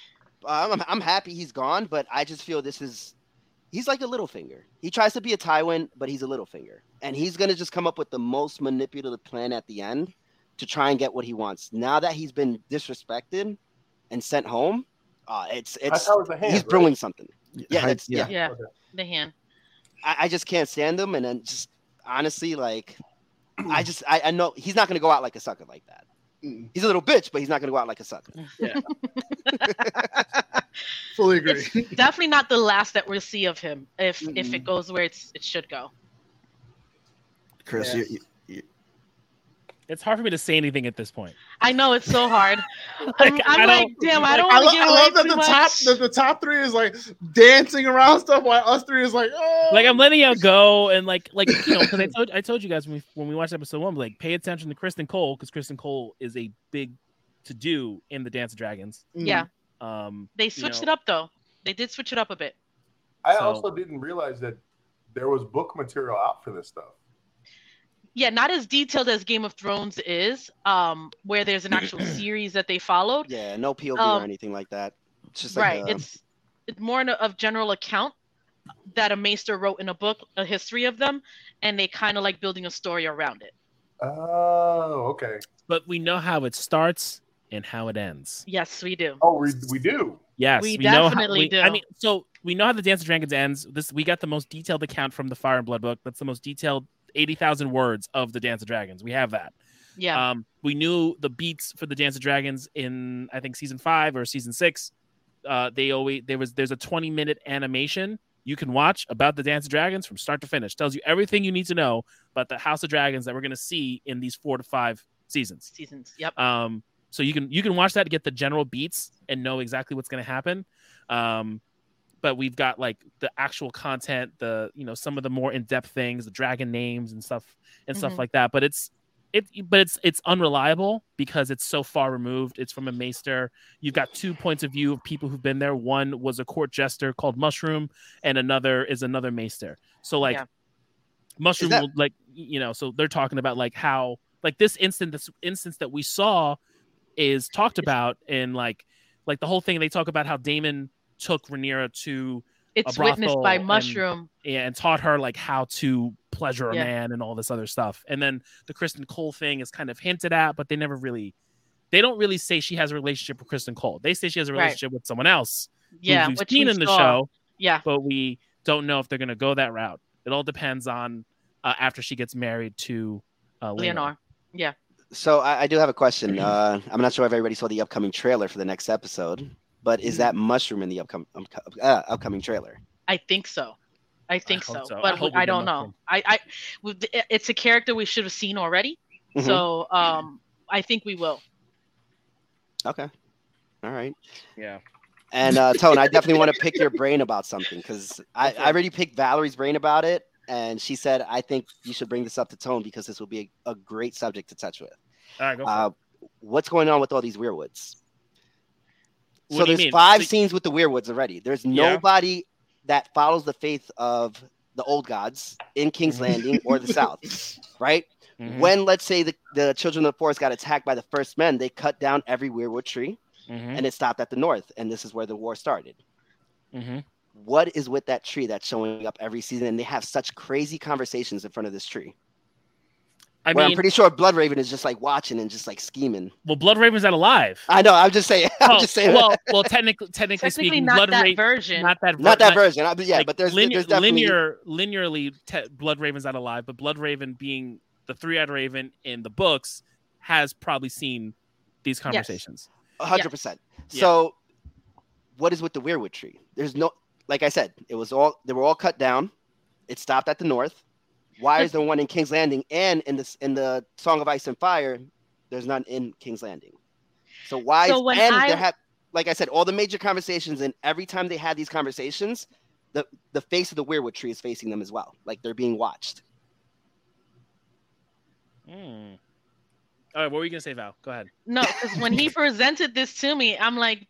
I'm, I'm happy he's gone, but I just feel this is he's like a little finger. He tries to be a Tywin, but he's a little finger. And he's gonna just come up with the most manipulative plan at the end to try and get what he wants. Now that he's been disrespected and sent home, uh, it's That's it's how it's a hand. he's right? brewing something. Yeah, Hy- that's, yeah. Yeah, Okay. the hand. I, I just can't stand him. And then just honestly, like I just I, I know he's not gonna go out like a sucker like that. Mm. He's a little bitch, but he's not gonna go out like a sucker. Fully agree. Definitely not the last that we'll see of him if if it Mm-mm. goes where it's it should go. Chris, Yeah. you- you- It's hard for me to say anything at this point. I know it's so hard. I'm, I'm I don't- like, damn, I don't I, want lo- to give I away love that too the much. top the, the top three is like dancing around stuff while us three is like oh Like I'm letting y'all go, and like like you know, because I told I told you guys when we when we watched episode one, like pay attention to Kristen Cole because Kristen Cole is a big to do in the Dance of Dragons. Mm. yeah, Um, they switched it know. up though. They did switch it up a bit. I So- also didn't realize that there was book material out for this stuff. Yeah, not as detailed as Game of Thrones is, um, where there's an actual series that they followed. Yeah, no POV Um, or anything like that. It's just like uh, right. a- it's it's more in a, of general account that a maester wrote in a book, a history of them, and they kind of like building a story around it. Oh, okay. but we know how it starts and how it ends. Yes, we do. Oh, we, we do. Yes, We know how- definitely we- do. I mean, so we know how the Dance of Dragons ends. This we got the most detailed account from the Fire and Blood book. That's the most detailed eighty thousand words of the Dance of Dragons. We have that. Yeah, Um, we knew the beats for the Dance of Dragons in I think season five or season six. Uh, they always there was there's a 20 minute animation you can watch about the Dance of Dragons from start to finish. Tells you everything you need to know about the House of Dragons that we're gonna see in these four to five seasons. seasons. Yep. Um, so you can you can watch that to get the general beats and know exactly what's going to happen. Um, but we've got like the actual content, the you know some of the more in depth things, the dragon names and stuff and Mhm. stuff like that. But it's it but it's it's unreliable because it's so far removed. It's from a maester. You've got two points of view of people who've been there. One was a court jester called Mushroom, and another is another maester. So like Yeah. Mushroom, that- will, like you know, so they're talking about like how like this instant this instance that we saw is talked about in like like the whole thing they talk about how Damon took Rhaenyra to it's a witnessed by brothel and- Mushroom. and taught her like how to pleasure a Yeah. man and all this other stuff. And then the Kristen Cole thing is kind of hinted at, but they never really they don't really say she has a relationship with Kristen Cole. They say she has a Right. relationship with someone else who yeah, we've which seen we in the saw. show Yeah, but we don't know if they're going to go that route. It all depends on uh, after she gets married to uh, Leonor. Leonor. So I, I do have a question. Uh, I'm not sure if everybody saw the upcoming trailer for the next episode, but is that mushroom in the upcoming uh, upcoming trailer? I think so. I think hope so. so. I But hope we- we I, get don't know. Mushroom. I, I, with- it's a character we should have seen already. Mhm. So, um, I think we will. Okay, all right. Yeah. And uh, Tone, I definitely want to pick your brain about something because I, I already picked Valerie's brain about it, and she said I think you should bring this up to Tone because this will be a, a great subject to touch with. All right, go for Uh, what's going on with all these weirwoods? What so do you there's mean? five So- scenes with the weirwoods already. There's Yeah. nobody that follows the faith of the old gods in King's Mhm. Landing or the South, right? it. Mhm, When let's say the, the children of the forest got attacked by the first men, they cut down every weirwood tree mhm, and it stopped at the north, and this is where the war started. mhm. What is with that tree that's showing up every season? And they have such crazy conversations in front of this tree. I where mean, I'm pretty sure Bloodraven is just like watching and just like scheming. well, Blood Raven's not alive. I know. I'm just saying. I'm Oh, just saying. well, well, technically, technically, Technically, speaking, not Blood that Raven, version. not that, ver- not that version. I, but yeah, like, but there's, linear, there's definitely linear, linearly, te- Blood Raven's not alive, but Blood Raven being the three-eyed raven in the books has probably seen these conversations. a hundred Yeah. percent. Yeah. So, what is with the weirwood tree? There's no, like I said, it was all they were all cut down. It stopped at the north. Why is there one in King's Landing and in this in the Song of Ice and Fire? There's none in King's Landing. So why? So is- when and I- there have, like I said, all the major conversations, and every time they had these conversations, the the face of the weirwood tree is facing them as well. Like they're being watched. Hmm. All right, what were you gonna say, Val? Go ahead. No, because when he presented this to me, I'm like,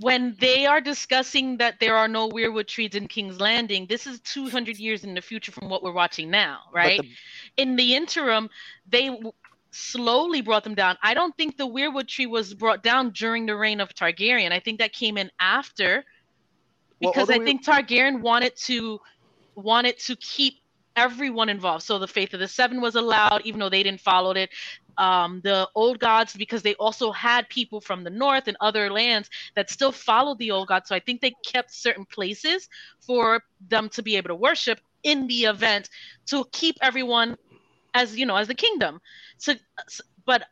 when they are discussing that there are no weirwood trees in King's Landing, this is 200 years in the future from what we're watching now, right? in the interim, they w- slowly brought them down. I don't think the weirwood tree was brought down during the reign of Targaryen. I think that came in after Well, because although I we- think Targaryen wanted to wanted to keep everyone involved. So the faith of the seven was allowed, even though they didn't follow it. Um, the old gods, because they also had people from the north and other lands that still followed the old gods. So I think they kept certain places for them to be able to worship in the event to keep everyone as you know as the kingdom. So, s- but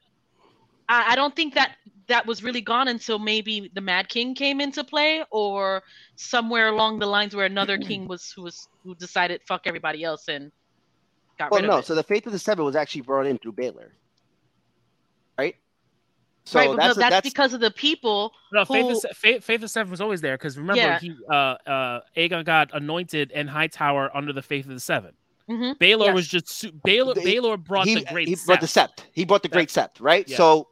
I, I don't think that that was really gone until maybe the Mad King came into play or somewhere along the lines where another king was who was who decided fuck everybody else and got Well, rid no. of it. So the faith of the seven was actually brought in through Baylor, right? So right, but that's no, that's that's because of the people. No, Faith, who- of, Se- Faith, Faith of Seven was always there because remember Yeah. he uh uh Aegon got anointed in Hightower under the Faith of the Seven. Mhm. Baylor Yes. was just su- Baylor. They- Baylor brought Mm-hmm. he, the great. he brought the Sept. sept. He brought the great sept, right? Yeah. So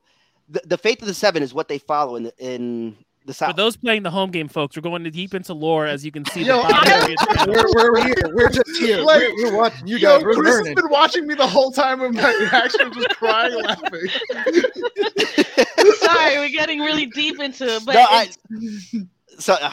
the, the faith of the seven is what they follow in the, in the For south. those playing the home game, folks, we're going deep into lore as you can see. Yo, the bottom I- of the panel. We're, we're here. We're just here. Like- we're, we're watching you Yo, guys. we're Chris learning. has been watching me the whole time with my reaction, just crying, laughing. Sorry, we're getting really deep into it, but No, I- it's, So uh,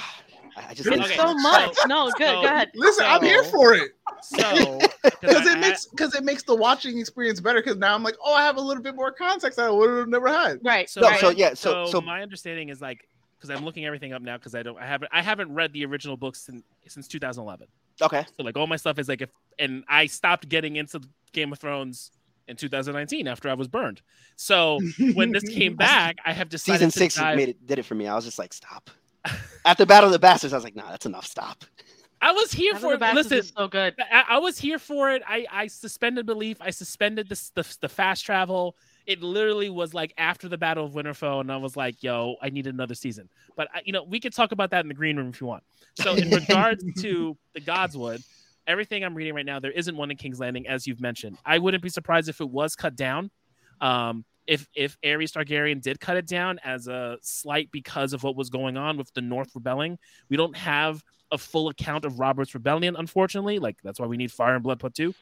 I just it's Okay, so so- much. no, good, so- go ahead. Listen, I'm here So- for it So because I- it makes because it makes the watching experience better. Because now I'm like, oh, I have a little bit more context that I would have never had. Right. So, No, right. so yeah, so- so- my understanding is like because I'm looking everything up now because I don't I haven't I haven't read the original books since since 2011. okay. So like all my stuff is like if and I stopped getting into Game of Thrones in 2019 after I was burned. So when this came back, I have decided Season to six dive- made it did it for me. I was just like, stop. After Battle of the Bastards, I was like, nah, that's enough. Stop. I was here Battle of for the it. Bastards Listen, is so good. I, I was here for it. I, I suspended belief. I suspended the, s- the the fast travel. It literally was like after the Battle of Winterfell, and I was like, "Yo, I need another season." But I, you know, we could talk about that in the green room if you want. So, in regards to the Godswood, everything I'm reading right now, there isn't one in King's Landing, as you've mentioned. I wouldn't be surprised if it was cut down. Um, if if Ares Targaryen did cut it down as a slight because of what was going on with the North rebelling, we don't have a full account of Robert's rebellion, unfortunately. Like that's why we need Fire and Blood Part Two,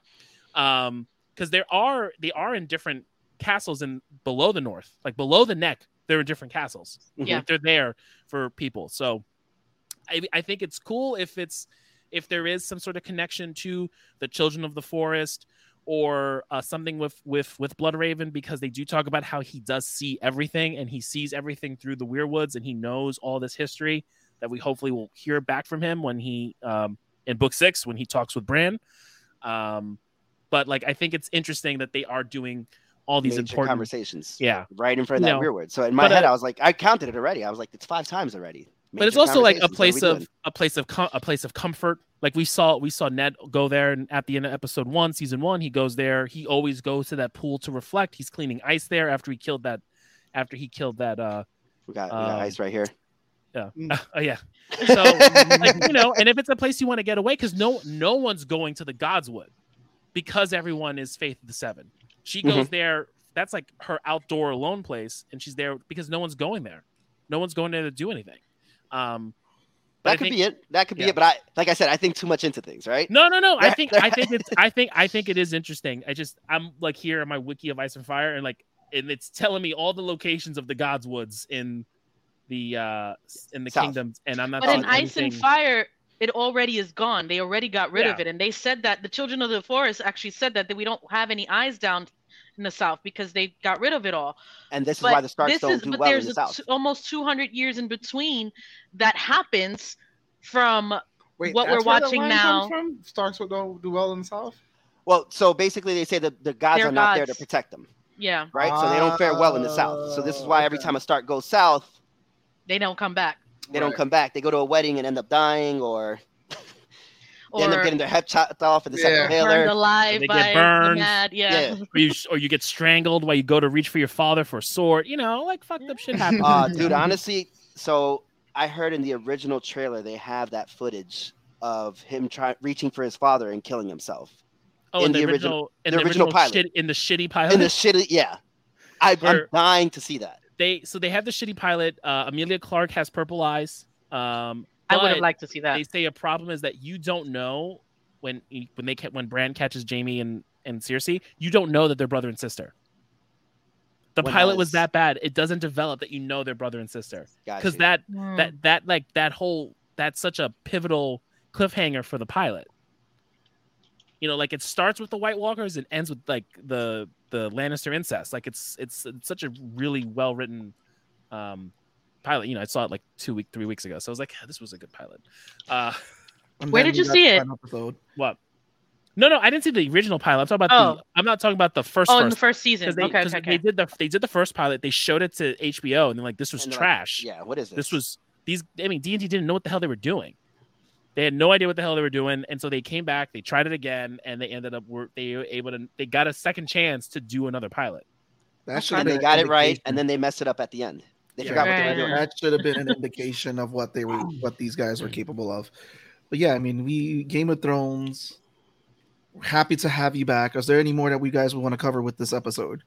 um, because there are they are in different castles in below the north, like below the neck. They're in different castles. Yeah. Like, they're there for people. So I, I think it's cool if it's if there is some sort of connection to the Children of the Forest or uh, something with with with Blood Raven because they do talk about how he does see everything and he sees everything through the Weirwoods and he knows all this history that we hopefully will hear back from him when he um, in book six when he talks with Bran. Um, but like I think it's interesting that they are doing all these Major important conversations. yeah. Right in front of that No. weird word. So in my But, uh, head, I was like, I counted it already. I was like, it's five times already. But it's Major also like a conversations. place What are we of a place of com- a place of comfort. Like we saw we saw Ned go there and at the end of episode one, season one, he goes there. He always goes to that pool to reflect. He's cleaning ice there after he killed that after he killed that uh doing? we got, we got um, ice right here. oh yeah. So like you know and if it's a place you want to get away because no no one's going to the godswood because everyone is faith of the seven she goes Mm-hmm. there that's like her outdoor alone place and she's there because no one's going there no one's going there to do anything um but I that could think- be it. That could be yeah. it. But I, like I said, I think too much into things, right? no no no i There- think there- i think it's i think i think it is interesting i just i'm like here on my wiki of ice and fire and like and it's telling me all the locations of the godswoods in the uh in the South. kingdoms and i'm not But in seeing Ice and anything- Fire, it already is gone. They already got rid of Yeah. it, and they said that the Children of the Forest actually said that, that we don't have any eyes down in the South because they got rid of it all. And this is But why the Starks this don't is, do but well there's in the a South. t- almost 200 years in between that happens from Wait, What that's we're where that watching line now- comes From? Starks would don't do well in the south. well, so basically, they say that the gods They're are not there to gods. protect them, yeah, right? so they don't fare well in the South. So this is why every Ah, time a Stark goes South, they don't come back. they don't Right. come back. They go to a wedding and end up dying, or they Or end up getting their head chopped off in the Yeah. second burned Baylor. alive They get by the burned. mad- Yeah. Yeah. or you or you get strangled while you go to reach for your father for a sword. You know, like fucked up shit happens. Uh, dude, honestly, so I heard in the original trailer they have that footage of him trying reaching for his father and killing himself oh, in in the, the origi- original, in the the original original, pilot. shit, in the shitty pilot. in the shitty. Yeah, I, I'm Where- dying to see that. they so they have the shitty pilot. Uh, Amelia Clark has purple eyes. Um, I would have but liked to see that. They say a problem is that you don't know when when they ca- when Bran catches Jamie and and Cersei, you don't know that they're brother and sister. The When pilot else? was that bad; it doesn't develop that you know they're brother and sister Got because you. that Mm. that that like that whole that's such a pivotal cliffhanger for the pilot. You know, like it starts with the White Walkers and ends with like the the Lannister incest. Like it's it's, it's such a really well written um pilot. You know, I saw it like two week three weeks ago, so I was like, "Ah, this was a good pilot. Uh, And Where then did we you got see the it? final episode. what? No, no, I didn't see the original pilot. I'm talking about the. Oh. I'm not talking about the first. Oh, in first. the first season. Because they, okay, 'cause okay, they okay. did the they did the first pilot. They showed it to HBO, and they're like, "This was And they're like, trash. Yeah, what is this? This was these. I mean, D and D didn't know what the hell they were doing. They had no idea what the hell they were doing, and so they came back. They tried it again, and they ended up wor- they were able to they got a second chance to do another pilot. That should have And been they an got it right, indication. and then they messed it up at the end. They Yeah. forgot what they were Right. doing. that should have been an indication of what they were what these guys were capable of but yeah i mean we game of thrones we're happy to have you back is there any more that we guys would want to cover with this episode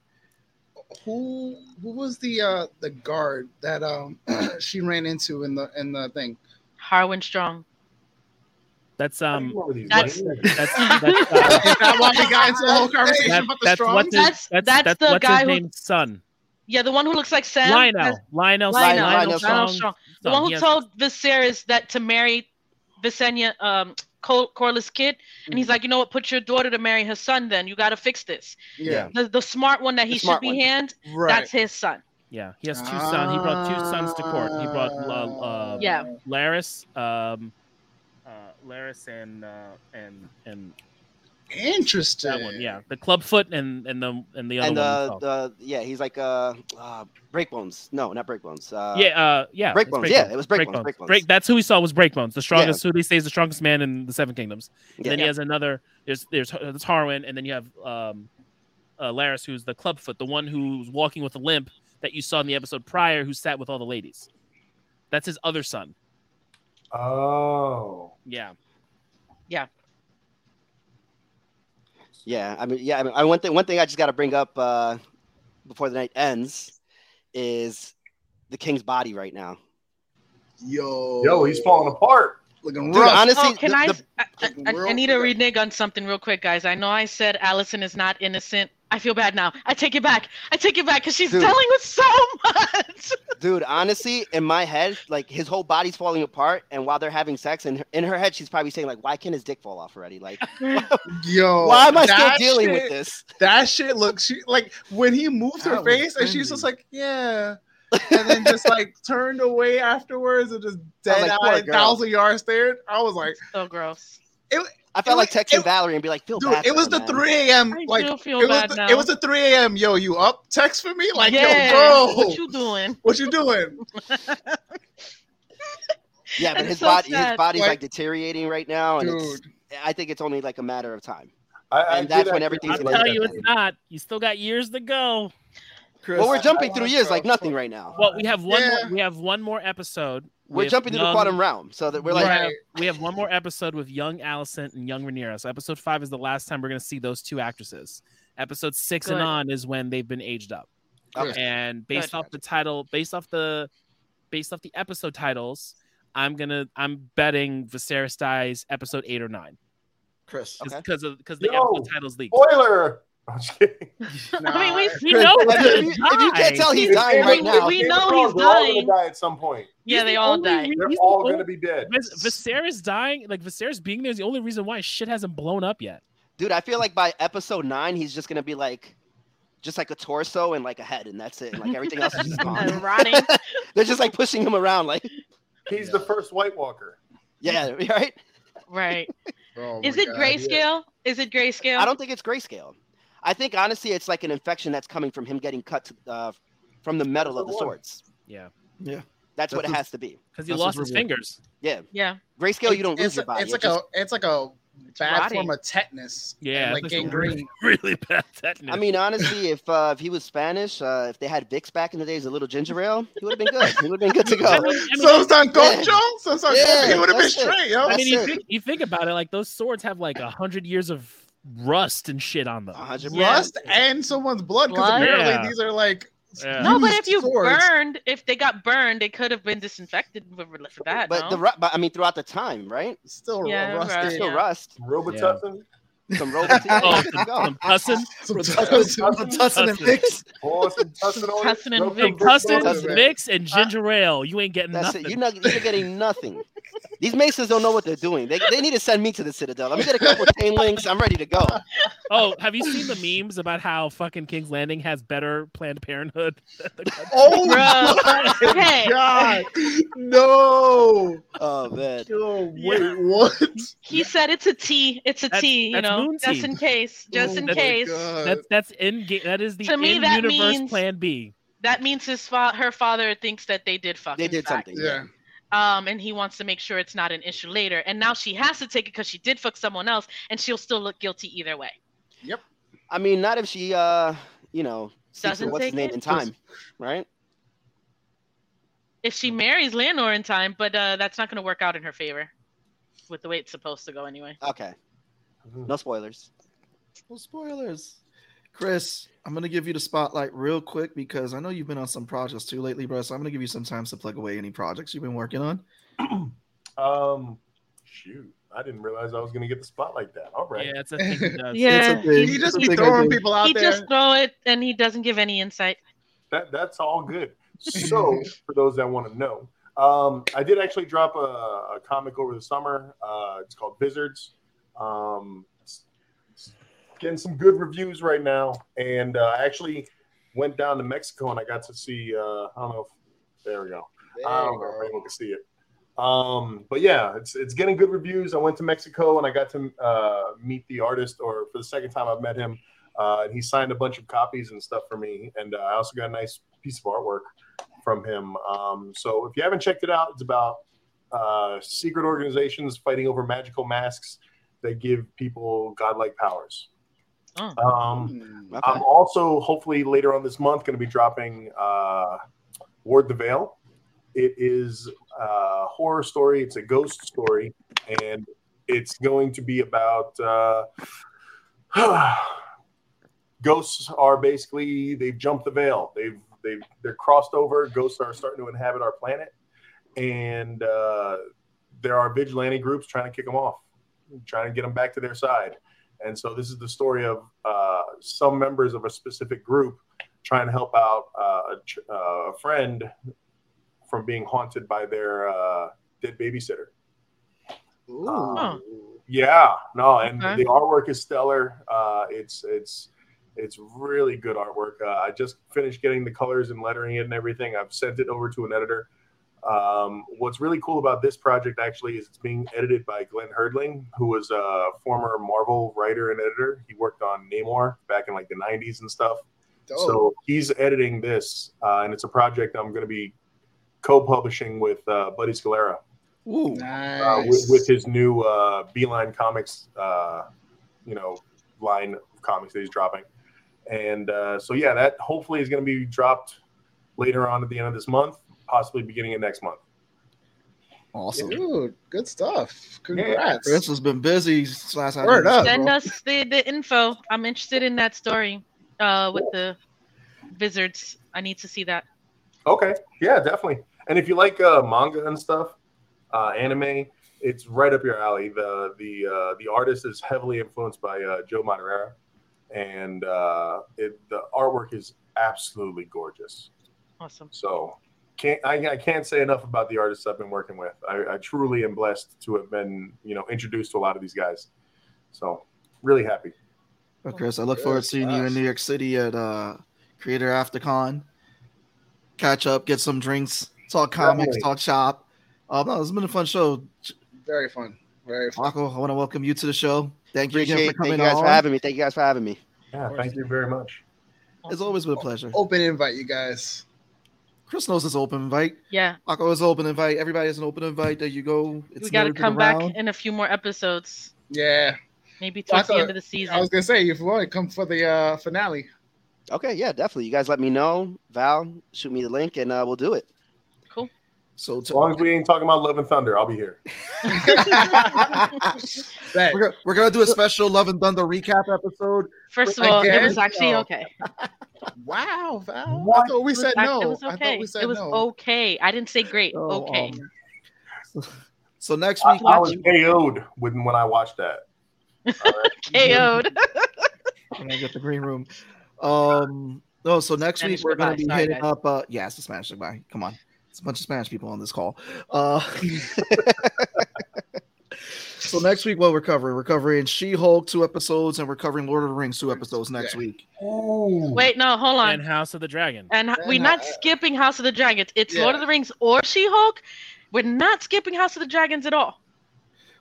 Who who was the uh the guard that um she ran into in the in the thing? Harwin Strong. That's How do you um come up with these that's- names? that's that's uh, Is that why we got into the whole conversation that, about the that's strong? what's his, That's- that's, that's the what's guy his who- name's son Yeah, the one who looks like Sam. Lionel Lionel Lionel, Lionel Lionel Strong. Strong. The son. one who He has- told Viserys that to marry Visenya, um, Cor- Corlys kid, and Mm-hmm. he's like, you know what? Put your daughter to marry her son. Then you got to fix this. yeah, The, the smart one that The he should smart be one. hand. right. That's his son. yeah he has two sons. He brought two sons to court. He brought uh, uh, Yeah. Laris, um, uh, Laris, and uh, and and Interesting. that one, yeah, the clubfoot and and the and the other and one. uh, as well. the yeah, he's like uh, uh breakbones. No, not breakbones. Uh, yeah, uh, yeah, it's Breakbones, yeah, it was Breakbones, Breakbones. Break. That's who we saw was Breakbones, the strongest. Who they say is the strongest man in the Seven Kingdoms. And then Yeah. he has another. There's there's there's Harwin, and then you have um, uh, Laris, who's the clubfoot, the one who's walking with a limp that you saw in the episode prior, who sat with all the ladies. That's his other son. Oh, Yeah. Yeah, I mean, yeah, I mean, I, one thing, one thing I just got to bring up uh, before the night ends is the king's body right now. Yo. yo, he's falling apart. Looking Dude, rough. honestly, oh, can the- I, the- I, I- I World- need to renege on something real quick, guys. I know I said Allison is not innocent. I feel bad now. I take it back. I take it back because she's Dude. dealing with so much. dude, honestly, in my head, like his whole body's falling apart, and while they're having sex, and in her head, she's probably saying like, "Why can't his dick fall off already? Like, Yo. why am I still that dealing with shit- this?" That shit looks she, like when he moved her That was face and she's just cringy. like, yeah. and then just like turned away afterwards and just dead like, poor eyed, girl. thousand yard stared. I was like, so gross. I felt like was- texting it- Valerie and be like, "Feel dude, bad." it for was her, the man." 3 a.m. I Like, do feel it was, bad the, now. it was the 3 a.m. Yo, you up? Text for me? Like, yeah, yo, bro, what you doing? what you doing? Yeah, but It's his so body, his sad. body's Like- like deteriorating right now, and it's, Dude, I think it's only like a matter of time. I, I And did that's when actually- everything's I'll gonna tell end. you, it's not. You still got years to go. Chris, Well, we're jumping I- through I- years like nothing right now. Well, we have one. Yeah. More, we have one more episode. We're with jumping through the young- quantum realm, so that we're we like, have, we have one more episode with young Allison and young Rhaenyra. So episode five is the last time we're going to see those two actresses. Episode six and Good. on is when they've been aged up. Okay. And based Good. off the title, based off the, based off the episode titles, I'm gonna I'm betting Viserys dies episode eight or nine chris Okay. because of because the No. episode titles leaked. Spoiler. I'm just kidding. I mean, we, we Chris, know Like, Let that. if, you, if you can't tell he's dying Every- right now, We they're know all- he's they're all gonna dying. die at some point. Yeah, He's they the all only die. re- They're he's the all only- gonna be dead. Vis- Viserys dying, like Viserys being there, is the only reason why shit hasn't blown up yet. dude, I feel like by episode nine, he's just gonna be like, just like a torso and like a head, and that's it. And like everything else is just And gone. rotting. They're just like pushing him around, like, He's the first White Walker. yeah, right. Right. Oh Is my it God, grayscale? yeah. Is it grayscale? I don't think it's grayscale. I think honestly, it's like an infection that's coming from him getting cut to, uh, from the metal of the Episode one. swords. Yeah, That's, what That's it a- has to be. because he That's lost his his review. fingers. Yeah, Yeah. grayscale, you don't lose It's, your body. it's It like just- a it's like a bad rotting. form of tetanus. Yeah, like it's like a gangrene. Really, really bad tetanus. I mean, honestly, if uh, if he was Spanish, uh, if they had Vicks back in the days, a little ginger ale, he would have been good. He would have been good to I go. mean, I mean, So Sancocho, Yeah. so Sancocho, Yeah, he would have been that's it. straight, yo. I mean, you That's it. think, you think about it, like those swords have like a hundred years of rust and shit on them. A hundred Yeah. percent. Rust and someone's blood, because Blood? apparently Yeah. these are like Yeah. No, but if you Swords. burned, if they got burned, they could have been disinfected for, for that. but no? the ru- but I mean throughout the time, right? Still Yeah, rusted. right. There's still Yeah. rust, Robitussin. some robots. yeah, Oh, there you go. Some tussin, Some Tussin, Tussin and Vix. Pour some tussin on it. Tussin and Rub some Vicks. Vicks on tussin, it. Tussin. mix, and ginger ale. You ain't getting Uh, That's nothing. it. You're not you're getting nothing. These masons don't know what they're doing. They, they need to send me to the citadel. Let me get a couple of chain links. I'm ready to go. Oh, have you seen the memes about how fucking King's Landing has better Planned Parenthood? Oh Bruh. Okay. God! No! Oh man. Oh wait, Yeah. what? He said it's a T. It's a T. That's- you that's know, moon tea. just in case, just Oh in my case. Uh, God. That's that's in ga- that is the To me, in that universe means- Plan B. That means his fa- her father thinks that they did fuck. They in did fact. something. yeah. Um, and he wants to make sure it's not an issue later. And now she has to take it because she did fuck someone else, and she'll still look guilty either way. I mean, not if she uh, you know, sees Doesn't what's his take name it? in time, right? If she Mm. marries Leonor in time, but uh, that's not going to work out in her favor, with the way it's supposed to go anyway. Okay. No spoilers. Well, spoilers. Chris, I'm gonna give you the spotlight real quick because I know you've been on some projects too lately, bro. So I'm gonna give you some time to plug away any projects you've been working on. Um, shoot, I didn't realize I was gonna get the spot like that. All right. Yeah, it's a thing he does. Yeah, It's okay. You just It's be okay, throwing dude. people out he there. just throw it and he doesn't give any insight. That that's all good. So for those that want to know, um, I did actually drop a, a comic over the summer. Uh, it's called Wizards. Um, it's- it's getting some good reviews right now, and uh, I actually went down to Mexico and I got to see. Uh, I don't know. If, there we go. I don't know if anyone can see it. Um, but yeah, it's it's getting good reviews. I went to Mexico and I got to uh, meet the artist, or for the second time I've met him, uh, and he signed a bunch of copies and stuff for me. And uh, I also got a nice piece of artwork from him. Um, so if you haven't checked it out, it's about uh, secret organizations fighting over magical masks that give people godlike powers. Oh. Um, Hmm. Mm, okay. I'm also hopefully later on this month going to be dropping uh, Ward the Veil. It is a horror story. It's a ghost story, and it's going to be about uh, ghosts are basically they've jumped the veil. They've they they're crossed over. Ghosts are starting to inhabit our planet, and uh, there are vigilante groups trying to kick them off, trying to get them back to their side. And so this is the story of uh, some members of a specific group trying to help out uh, a, ch- uh, a friend from being haunted by their uh, dead babysitter. Ooh. Um, Yeah, no, and Okay. the artwork is stellar. Uh, it's it's it's really good artwork. Uh, I just finished getting the colors and lettering it and everything. I've sent it over to an editor. Um, what's really cool about this project actually is it's being edited by Glenn Hurdling, who was a former Marvel writer and editor. He worked on Namor back in like the '90s and stuff. Dope. So uh, he's editing this, uh, and it's a project I'm going to be co-publishing with uh, Buddy Scalera Ooh, nice. uh, with, with his new uh, Beeline Comics, uh, you know, line of comics that he's dropping. And uh, so, yeah, that hopefully is going to be dropped later on at the end of this month, possibly beginning of next month. awesome. Dude, good stuff. Chris Congrats. has been busy. since last I Word knew, up. bro. Send us the, the info. I'm interested in that story uh, with the wizards. I need to see that. Okay, yeah, definitely. And if you like uh, manga and stuff, uh, anime, it's right up your alley. the the uh, The artist is heavily influenced by uh, Joe Madureira, and uh, it, the artwork is absolutely gorgeous. Awesome. So can't I, I can't say enough about the artists I've been working with. I, I truly am blessed to have been you know introduced to a lot of these guys. So really happy. But Chris, I look forward to seeing you in New York City at uh, Creator AfterCon. Catch up, get some drinks, talk comics, Definitely. talk shop. Uh, no, it's been a fun show. Very fun. Very fun. Marco, I want to welcome you to the show. Thank you Appreciate again for thank you coming guys on. for having me. Thank you guys for having me. Yeah, course. thank you very much. It's always been a pleasure. Open invite, you guys. Chris knows it's open invite. Yeah, Marco is oh, open invite. Everybody has an open invite. There you go. It's we got to noted come around. back in a few more episodes, Yeah. maybe towards the thought- end of the I season. was gonna say if you want, come for the uh, finale. Okay, yeah, definitely. You guys let me know. Val, shoot me the link and uh, we'll do it. Cool. So As to, long as we ain't talking about Love and Thunder, I'll be here. Bet. we're, gonna, we're gonna do a special Love and Thunder recap episode. First of all, it Again? was actually No. okay. Wow, Val. What? I thought we It was said ac- no. It was I thought okay. we said it was no. okay. I didn't say great. Oh, okay. um, So next I, week, Uh, I was KO'd when when I watched that. All right. KO'd. when I get the green room. Um, no, so next Spanish week we're going to goodbye. be Sorry, hitting guys. up. Uh, yeah, it's the Spanish goodbye. Come on, it's a bunch of Spanish people on this call. Uh, so next week, what we're covering? We're covering She-Hulk two episodes, and we're covering Lord of the Rings two episodes next Yeah. week. Wait, no, hold on. and House of the Dragon. And h- Fair we're not enough. skipping House of the Dragons. It's Yeah. Lord of the Rings or She Hulk. We're not skipping House of the Dragons at all.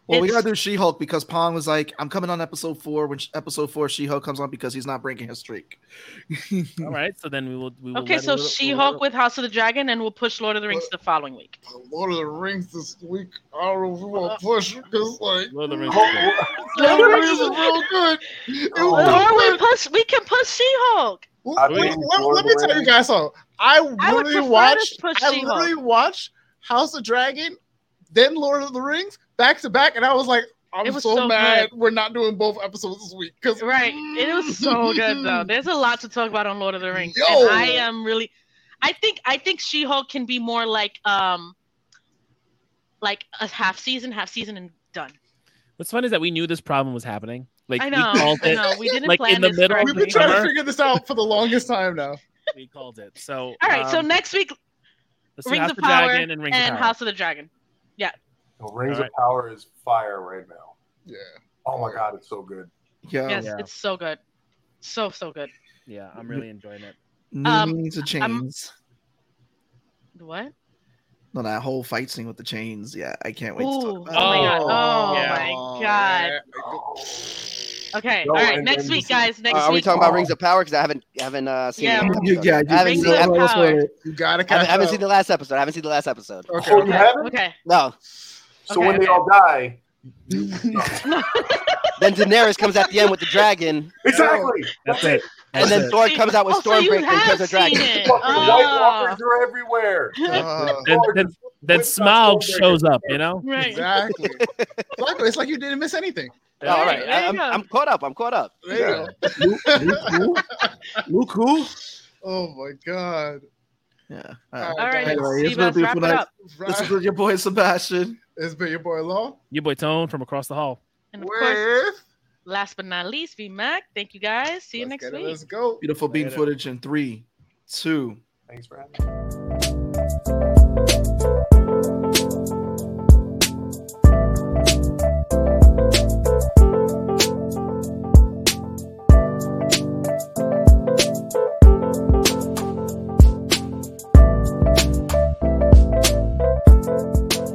Well, we It's- got to do She-Hulk because Pong was like, "I'm coming on episode four when sh- episode four She-Hulk comes on because he's not breaking his streak." All right, so then we will. We will Okay, let so it- we'll- She Hulk with House of the Dragon, and we'll push Lord of the Rings the following week. Lord of the Rings this week. I don't know if we Uh, want to push because like Lord of the Rings. Oh, Lord of the Rings is real good. It Oh. was Or good. we push. We can push She Hulk. Let, I let- think let- Lord let of me the tell you Rings- guys something. I I would literally prefer to watched. push I She-Hulk. literally watched House of Dragon, then Lord of the Rings back to back, and I was like, It I'm was so, so mad we're not doing both episodes this week because Right. It was so good though. There's a lot to talk about on Lord of the Rings. Yo. And I am really I think I think She Hulk can be more like um like a half season, half season and done. What's funny is that we knew this problem was happening. Like I know. we called I it. know. We didn't like, plan in the this middle of We've been correctly. trying to Summer. figure this out for the longest time now. We called it. So All right, so um, next week let's do Rings House of the Power Dragon and Rings and of Power. House of the Dragon. Rings All right. of Power is fire right now. Yeah. Oh my god, it's so good. Oh, Yeah, yes, yeah. it's so good. So so good. yeah, I'm really enjoying it. new Um, means of I'm- chains. What? No, that whole fight scene with the chains. Yeah, I can't Ooh. wait. to Oh, talk my about it. god. Oh yeah. my god. Okay. No, All right. and- Next and week, this- guys. Next Uh, Are we week. talking about Rings of Power? Because I haven't, I haven't uh, seen. Yeah, the last You- episode. yeah, you I haven't Rings seen. of I haven't, Power. You gotta I catch haven't- I haven't up. seen the last episode. I haven't seen the last episode. Okay. Oh, you haven't? okay. No. So Okay. when they all die, you- Then Daenerys comes at the end with the dragon, exactly. That's it. and then Thor comes out with Oh, so you Stormbreaker and have kills the dragon. seen it. Fucking White Oh. Walkers are everywhere. Uh, Then, then, then Whip out Smaug Stormbreaker. shows up. You know. Right. exactly. exactly. It's like you didn't miss anything. All right, There you I, am go. I'm caught up. I'm caught up. There you go. Luke, who? Oh my god. Yeah. All All right. Anyway, it's been a Sebas, wrap beautiful it night. up. This is with your boy Sebastian. It's been your boy Law. Your boy Tone from across the hall. And of course, With last but not least, V Mac. Thank you guys. See you Let's next get it, week. Let's go. Beautiful beam Later. footage in three, two, Thanks for having me.